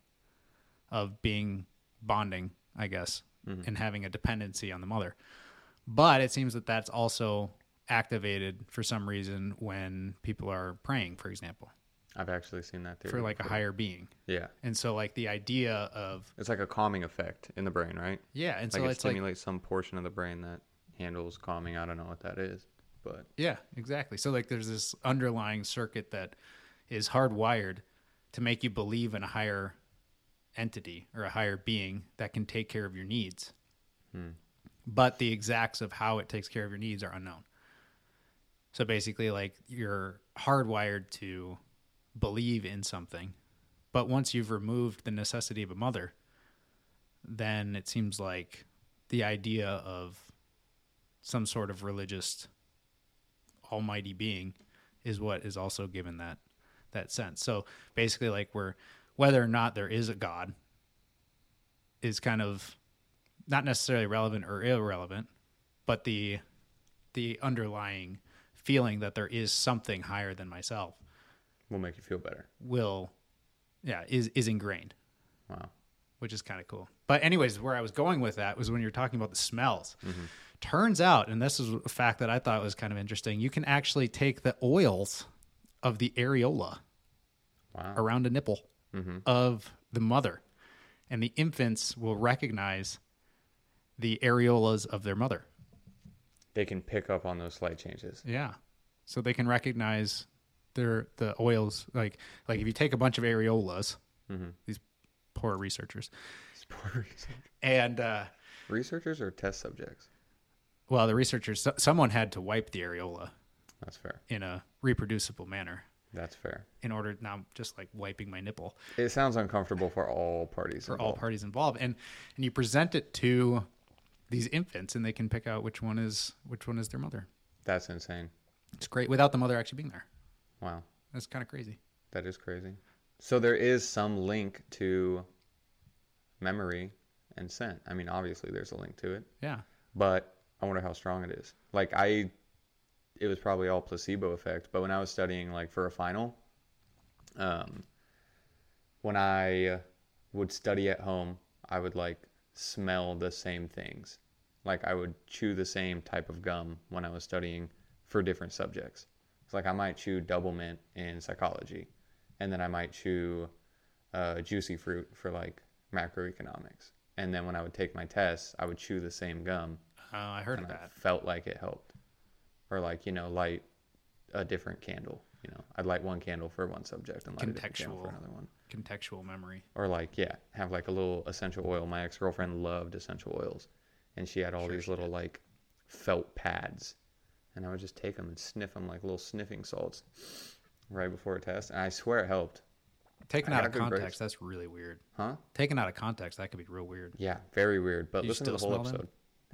Speaker 1: of being bonding, I guess, and having a dependency on the mother. But it seems that that's also activated for some reason when people are praying, for example,
Speaker 2: I've actually seen that theory.
Speaker 1: for like a higher being.
Speaker 2: yeah.
Speaker 1: And so like the idea of
Speaker 2: It's like a calming effect in the brain, right?
Speaker 1: yeah, and
Speaker 2: like
Speaker 1: so
Speaker 2: it
Speaker 1: it's like
Speaker 2: stimulates some portion of the brain that handles calming. I don't know what that is, but
Speaker 1: Yeah, exactly. So like there's this underlying circuit that is hardwired to make you believe in a higher entity or a higher being that can take care of your needs. But the exacts of how it takes care of your needs are unknown. So basically like you're hardwired to believe in something. But once you've removed the necessity of a mother, then it seems like the idea of some sort of religious almighty being is what is also given that that sense. So basically like we're whether or not there is a god is kind of not necessarily relevant or irrelevant, but the the underlying feeling that there is something higher than myself
Speaker 2: will make you feel better.
Speaker 1: will yeah, is is ingrained,
Speaker 2: Wow.
Speaker 1: which is kind of cool. But anyways, where I was going with that was when you're talking about the smells.
Speaker 2: Mm-hmm.
Speaker 1: Turns out, and this is a fact that I thought was kind of interesting, you can actually take the oils of the areola
Speaker 2: Wow. Mm-hmm.
Speaker 1: around a nipple of the mother, and the infants will recognize the areolas of their mother.
Speaker 2: They can pick up on those slight changes.
Speaker 1: Yeah, so they can recognize their the oils. Like like if you take a bunch of areolas, these poor researchers,
Speaker 2: It's poor research.
Speaker 1: and uh,
Speaker 2: Researchers or test subjects?
Speaker 1: well, the researchers, so- someone had to wipe the areola
Speaker 2: That's fair.
Speaker 1: in a reproducible manner
Speaker 2: That's fair.
Speaker 1: in order. Now I'm just like wiping my nipple.
Speaker 2: It sounds uncomfortable for all parties.
Speaker 1: for all parties involved and and you present it to these infants and they can pick out which one is which one is their mother
Speaker 2: That's insane.
Speaker 1: it's great without the mother actually being there
Speaker 2: Wow.
Speaker 1: that's kind of crazy
Speaker 2: That is crazy. So there is some link to memory and scent. I mean, obviously there's a link to it,
Speaker 1: yeah
Speaker 2: but I wonder how strong it is. Like I it was probably all placebo effect, but when I was studying like for a final, um when I would study at home, I would like smell the same things. Like I would chew the same type of gum when I was studying for different subjects. It's like I might chew double mint in psychology, and then I might chew uh, juicy fruit for like macroeconomics. And then when I would take my tests, I would chew the same gum,
Speaker 1: uh, i heard of
Speaker 2: and I
Speaker 1: that
Speaker 2: felt like it helped. Or like you know, light a different candle. You know, I'd light one candle for one subject and light a different candle for
Speaker 1: Contextual.
Speaker 2: another one
Speaker 1: contextual memory
Speaker 2: or like yeah have like a little essential oil my ex-girlfriend loved essential oils and she had all these little like felt pads and i would just take them and sniff them like little sniffing salts right before a test and i swear it helped
Speaker 1: taken
Speaker 2: I
Speaker 1: out
Speaker 2: got
Speaker 1: of
Speaker 2: good grades.
Speaker 1: context that's really weird
Speaker 2: huh
Speaker 1: taken out of context that could be real weird
Speaker 2: yeah very weird but
Speaker 1: You
Speaker 2: listen to the
Speaker 1: still
Speaker 2: whole
Speaker 1: smell them?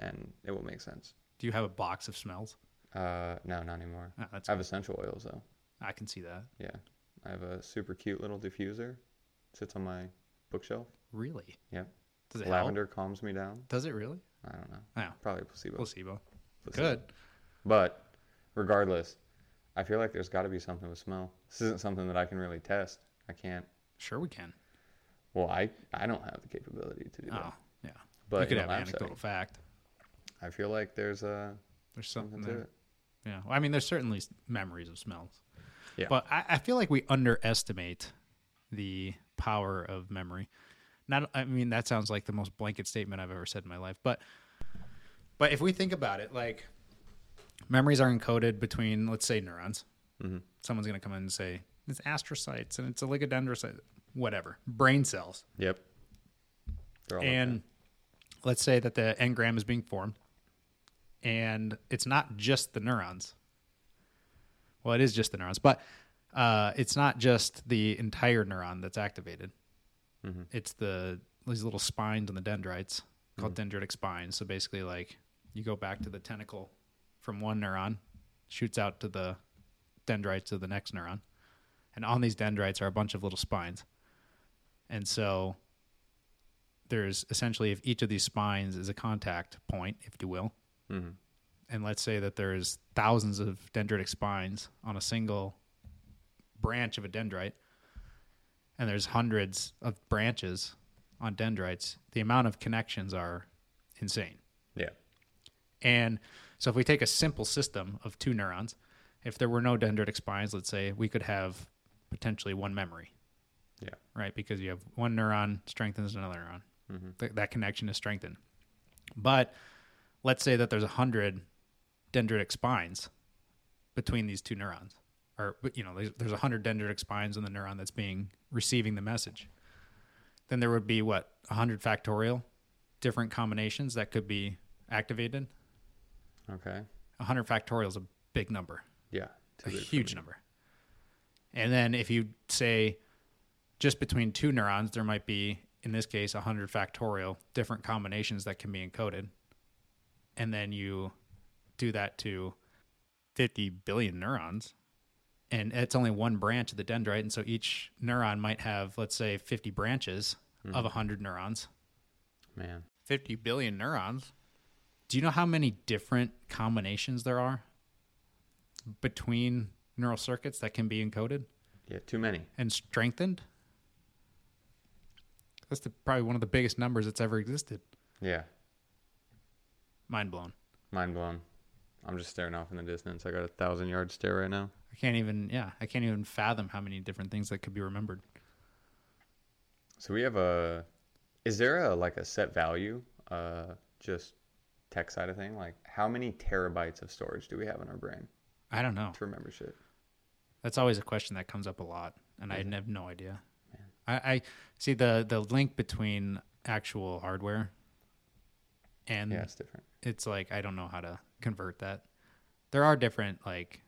Speaker 2: episode and it will make sense
Speaker 1: do you have a box of smells
Speaker 2: uh no not anymore
Speaker 1: Ah, that's
Speaker 2: i have essential oils though
Speaker 1: i can see that
Speaker 2: yeah i have a super cute little diffuser sits on my bookshelf
Speaker 1: really
Speaker 2: yeah
Speaker 1: does it
Speaker 2: lavender calms me down
Speaker 1: help does it really Oh,
Speaker 2: i don't know
Speaker 1: no
Speaker 2: probably placebo
Speaker 1: placebo
Speaker 2: Placebo.
Speaker 1: good
Speaker 2: But regardless, I feel like there's got to be something with smell. This isn't something that I can really test. I can't.
Speaker 1: sure we can
Speaker 2: Well, I I don't have the capability to do
Speaker 1: oh
Speaker 2: that.
Speaker 1: yeah
Speaker 2: But
Speaker 1: you could
Speaker 2: in a
Speaker 1: have
Speaker 2: lab
Speaker 1: anecdotal fact
Speaker 2: I feel like there's a
Speaker 1: there's something
Speaker 2: something to
Speaker 1: there
Speaker 2: it.
Speaker 1: Yeah. Well, I mean, there's certainly s- memories of smells.
Speaker 2: Yeah.
Speaker 1: But I, I feel like we underestimate the power of memory. Not, I mean, that sounds like the most blanket statement I've ever said in my life. But, but if we think about it, like memories are encoded between, let's say, neurons. Someone's going to come in and say it's astrocytes and it's oligodendrocytes, whatever, brain cells.
Speaker 2: Yep. They're all like
Speaker 1: and let's say that the engram is being formed and it's not just the neurons well it is just the neurons but uh, it's not just the entire neuron that's activated it's the these little spines on the dendrites called dendritic spines so basically like you go back to the tentacle from one neuron shoots out to the dendrites of the next neuron and on these dendrites are a bunch of little spines and so there's essentially if each of these spines is a contact point, if you will, and let's say that there's thousands of dendritic spines on a single branch of a dendrite, and there's hundreds of branches on dendrites, the amount of connections are insane.
Speaker 2: that. Yeah.
Speaker 1: And so if we take a simple system of two neurons, if there were no dendritic spines, let's say, we could have potentially one memory
Speaker 2: Yeah.
Speaker 1: right? Because you have one neuron strengthens another neuron. Th- that connection is strengthened. But let's say that there's a hundred dendritic spines between these two neurons, or but, you know, there's- there's a hundred dendritic spines in the neuron that's being receiving the message. Then there would be what a hundred factorial, different combinations that could be activated.
Speaker 2: Okay.
Speaker 1: A hundred factorial is a big number
Speaker 2: Yeah.
Speaker 1: a
Speaker 2: Too big for
Speaker 1: huge
Speaker 2: me.
Speaker 1: number. And then if you say just between two neurons, there might be, in this case, 100 factorial different combinations that can be encoded. And then you do that to 50 billion neurons. And it's only one branch of the dendrite. And so each neuron might have, let's say, 50 branches of 100 neurons.
Speaker 2: Man.
Speaker 1: 50 billion neurons. Do you know how many different combinations there are between neural circuits that can be encoded
Speaker 2: Yeah. Too many.
Speaker 1: and strengthened? That's the, probably one of the biggest numbers that's ever existed.
Speaker 2: Yeah.
Speaker 1: Mind blown.
Speaker 2: Mind blown. I'm just staring off in the distance. I got a thousand yard stare right now.
Speaker 1: I can't even, yeah, I can't even fathom how many different things that could be remembered.
Speaker 2: So we have a. Is there a like a set value? Uh, just tech side of thing. Like how many terabytes of storage do we have in our brain
Speaker 1: I don't know.
Speaker 2: to remember shit?
Speaker 1: That's always a question that comes up a lot, and I have no idea. I, I see the the link between actual hardware and
Speaker 2: Yeah, it's different.
Speaker 1: it's like I don't know how to convert that. There are different like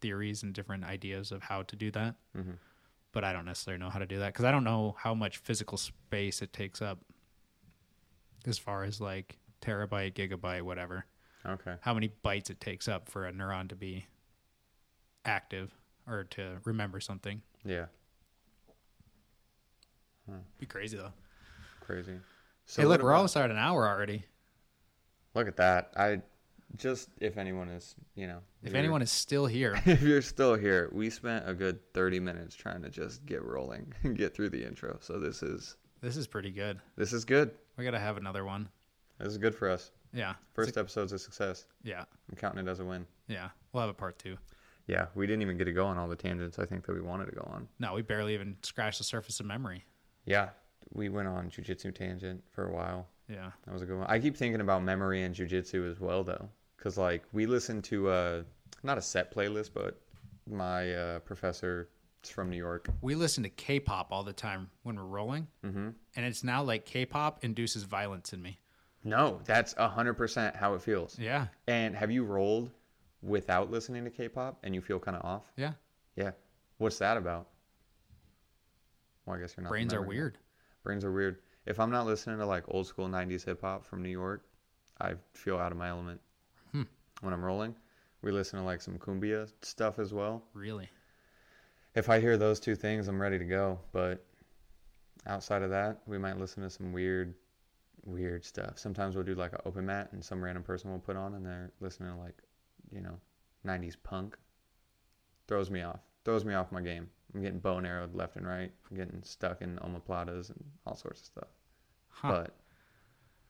Speaker 1: theories and different ideas of how to do that, but I don't necessarily know how to do that because I don't know how much physical space it takes up, as far as like terabyte, gigabyte, whatever.
Speaker 2: Okay.
Speaker 1: How many bytes it takes up for a neuron to be active or to remember something?
Speaker 2: Yeah.
Speaker 1: Be crazy though.
Speaker 2: Crazy. So
Speaker 1: hey, look,
Speaker 2: what
Speaker 1: we're
Speaker 2: about-
Speaker 1: almost at an hour already.
Speaker 2: Look at that. I just if anyone is you know
Speaker 1: If
Speaker 2: you're-
Speaker 1: anyone is still here,
Speaker 2: if you're still here, we spent a good 30 minutes trying to just get rolling and get through the intro. So this is
Speaker 1: this is pretty good.
Speaker 2: this is good.
Speaker 1: We gotta have another one.
Speaker 2: This is good for us.
Speaker 1: Yeah.
Speaker 2: First episode's a success.
Speaker 1: Yeah.
Speaker 2: I'm counting it as a win.
Speaker 1: Yeah, we'll have a part two.
Speaker 2: Yeah, we didn't even get to go on all the tangents I think that we wanted to go on.
Speaker 1: No, we barely even scratched the surface of memory.
Speaker 2: Yeah, we went on jujitsu tangent for a while.
Speaker 1: Yeah,
Speaker 2: That was a good one. I keep thinking about memory and jujitsu as well, though, because like we listened to uh, not a set playlist, but my uh, professor is from New York.
Speaker 1: we listen to K-pop all the time when we're rolling, mm-hmm. and it's now like K-pop induces violence in me.
Speaker 2: No, that's hundred percent how it feels.
Speaker 1: Yeah,
Speaker 2: And have you rolled without listening to K-pop and you feel kind of off?
Speaker 1: yeah,
Speaker 2: Yeah. What's that about? Well, I guess you're not. the
Speaker 1: brains are
Speaker 2: memory guy.
Speaker 1: weird.
Speaker 2: Brains are weird. If I'm not listening to like old school '90s hip hop from New York, I feel out of my element. When I'm rolling, we listen to like some cumbia stuff as well.
Speaker 1: Really,
Speaker 2: If I hear those two things, I'm ready to go. But outside of that, we might listen to some weird, weird stuff. Sometimes we'll do like an open mat, and some random person will put on, and they're listening to like, you know, '90s punk. Throws me off. Throws me off my game. I'm getting bow and arrowed left and right. I'm getting stuck in omoplatas and all sorts of stuff.
Speaker 1: huh?
Speaker 2: But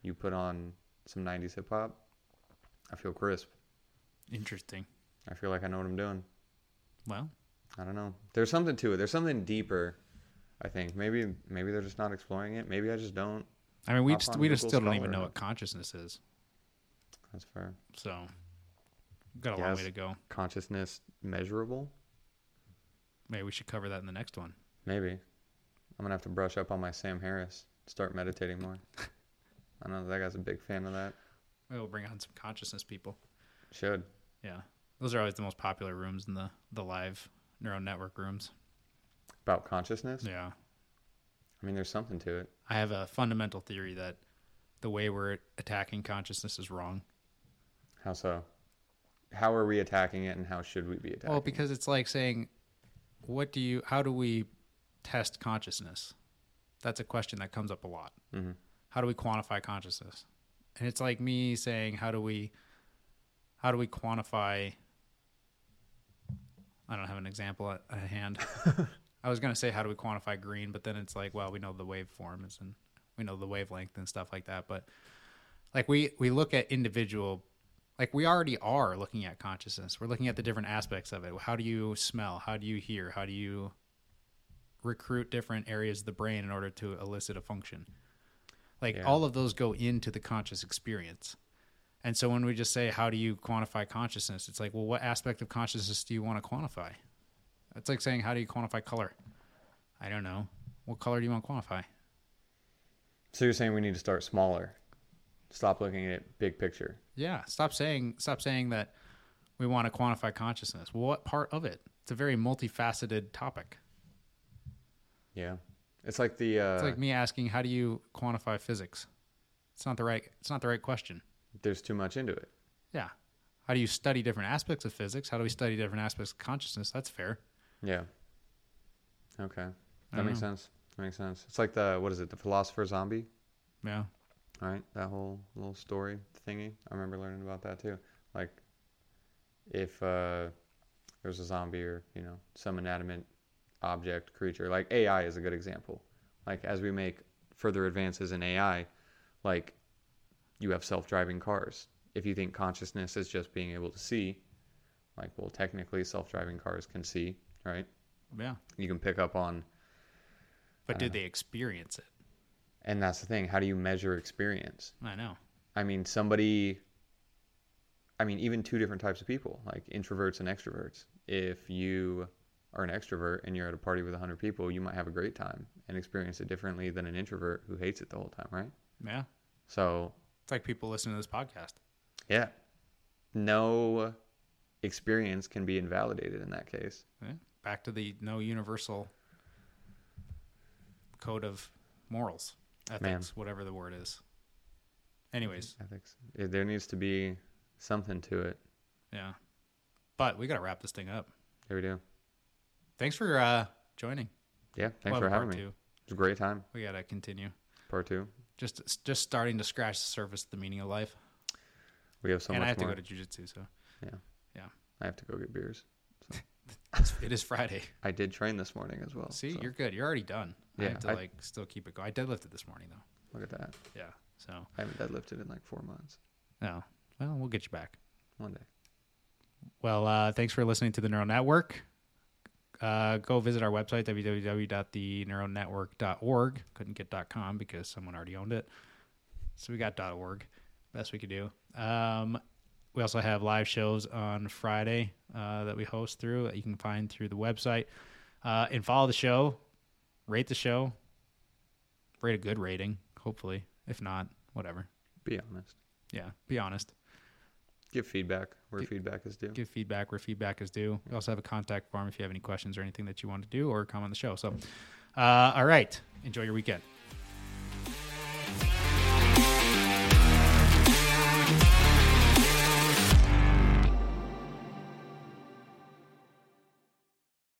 Speaker 2: you put on some '90s hip hop, I feel crisp.
Speaker 1: Interesting.
Speaker 2: I feel like I know what I'm doing.
Speaker 1: Well,
Speaker 2: I don't know. There's something to it. There's something deeper. I think maybe maybe they're just not exploring it. Maybe I just don't.
Speaker 1: I mean, we
Speaker 2: Hop
Speaker 1: just
Speaker 2: on
Speaker 1: we just
Speaker 2: Google
Speaker 1: still don't
Speaker 2: Scholar.
Speaker 1: even know what consciousness is.
Speaker 2: That's fair.
Speaker 1: So, got a long
Speaker 2: Yes.
Speaker 1: way to go.
Speaker 2: Consciousness measurable?
Speaker 1: Maybe we should cover that in the next one.
Speaker 2: Maybe. I'm gonna have to brush up on my Sam Harris. Start meditating more. I know that guy's a big fan of that.
Speaker 1: Maybe we'll bring on some consciousness people.
Speaker 2: Should.
Speaker 1: Yeah, those are always the most popular rooms in the the live neural network rooms.
Speaker 2: About consciousness?
Speaker 1: Yeah,
Speaker 2: I mean there's something to it.
Speaker 1: I have a fundamental theory that the way we're attacking consciousness is wrong.
Speaker 2: How so? How are we attacking it and how should we be attacking
Speaker 1: Well,
Speaker 2: it?
Speaker 1: because it's like saying, what do you? How do we test consciousness? That's a question that comes up a lot.
Speaker 2: Mhm.
Speaker 1: How do we quantify consciousness? And it's like me saying, how do we? How do we quantify? I don't have an example at, at hand. I was gonna say how do we quantify green, but then it's like, well, we know the waveform is and we know the wavelength and stuff like that. But like we we look at individual like we already are looking at consciousness we're looking at the different aspects of it how do you smell how do you hear how do you recruit different areas of the brain in order to elicit a function like
Speaker 2: Yeah.
Speaker 1: all of those go into the conscious experience and so when we just say how do you quantify consciousness it's like well what aspect of consciousness do you want to quantify that's like saying how do you quantify color i don't know what color do you want to quantify
Speaker 2: So you're saying we need to start smaller. Stop looking at big picture.
Speaker 1: Yeah, stop saying stop saying that we want to quantify consciousness. What part of it? It's a very multifaceted topic.
Speaker 2: Yeah. It's like the uh
Speaker 1: It's like me asking how do you quantify physics? It's not the right it's not the right question.
Speaker 2: there's too much into it.
Speaker 1: Yeah. How do you study different aspects of physics? How do we study different aspects of consciousness? That's fair.
Speaker 2: Yeah. Okay. That
Speaker 1: don't
Speaker 2: makes
Speaker 1: know.
Speaker 2: sense. That makes sense. It's like the what is it? The philosopher zombie,
Speaker 1: Yeah.
Speaker 2: right? That whole little story thingy. I remember learning about that too. Like if uh there's a zombie or, you know, some inanimate object creature, like AI is a good example. Like as we make further advances in AI, like you have self-driving cars. If you think consciousness is just being able to see, like well technically self-driving cars can see, right?
Speaker 1: Yeah.
Speaker 2: You can pick up on
Speaker 1: But did they experience it?
Speaker 2: And that's the thing. How do you measure experience?
Speaker 1: I know.
Speaker 2: I mean, somebody, I mean, even two different types of people, like introverts and extroverts. If you are an extrovert and you're at a party with 100 people, you might have a great time and experience it differently than an introvert who hates it the whole time, right?
Speaker 1: Yeah.
Speaker 2: So,
Speaker 1: It's like people listening to this podcast.
Speaker 2: yeah, no experience can be invalidated in that case.
Speaker 1: Yeah. Back to the no universal code of morals, ethics, whatever the word is. Anyways,
Speaker 2: Ethics. There needs to be something to it.
Speaker 1: yeah. But we got to wrap this thing up.
Speaker 2: There we do.
Speaker 1: Thanks for uh joining.
Speaker 2: Yeah,
Speaker 1: We'll
Speaker 2: thanks for
Speaker 1: have a
Speaker 2: having
Speaker 1: part
Speaker 2: me. It
Speaker 1: two.
Speaker 2: was a great time.
Speaker 1: We got to continue.
Speaker 2: Part two.
Speaker 1: Just just starting to scratch the surface of the meaning of life.
Speaker 2: We have so
Speaker 1: and
Speaker 2: much
Speaker 1: I have
Speaker 2: more.
Speaker 1: to go to jujitsu, so
Speaker 2: I have to go get beers.
Speaker 1: it is Friday.
Speaker 2: I did train this morning as well.
Speaker 1: See,
Speaker 2: so
Speaker 1: you're good. You're already done. I
Speaker 2: Yeah,
Speaker 1: have to
Speaker 2: I-
Speaker 1: like still keep it going. I deadlifted this morning though.
Speaker 2: look at that.
Speaker 1: Yeah. So
Speaker 2: I haven't deadlifted in like four months.
Speaker 1: no. Well, we'll get you back.
Speaker 2: One day.
Speaker 1: Well, uh, thanks for listening to the Neural Network. Uh, go visit our website, www.theneuronetwork.org. Couldn't get .com because someone already owned it. So we got .org. Best we could do. Um, we also have live shows on Friday uh, that we host through that you can find through the website. Uh, and follow the show. Rate the show. Rate a good rating, hopefully. If not, whatever.
Speaker 2: Be honest.
Speaker 1: Yeah, be honest.
Speaker 2: Give feedback where
Speaker 1: Gi-
Speaker 2: feedback is due.
Speaker 1: give feedback where feedback is due. We also have a contact form if you have any questions or anything that you want to do or come on the show. So, uh, all right. Enjoy your weekend.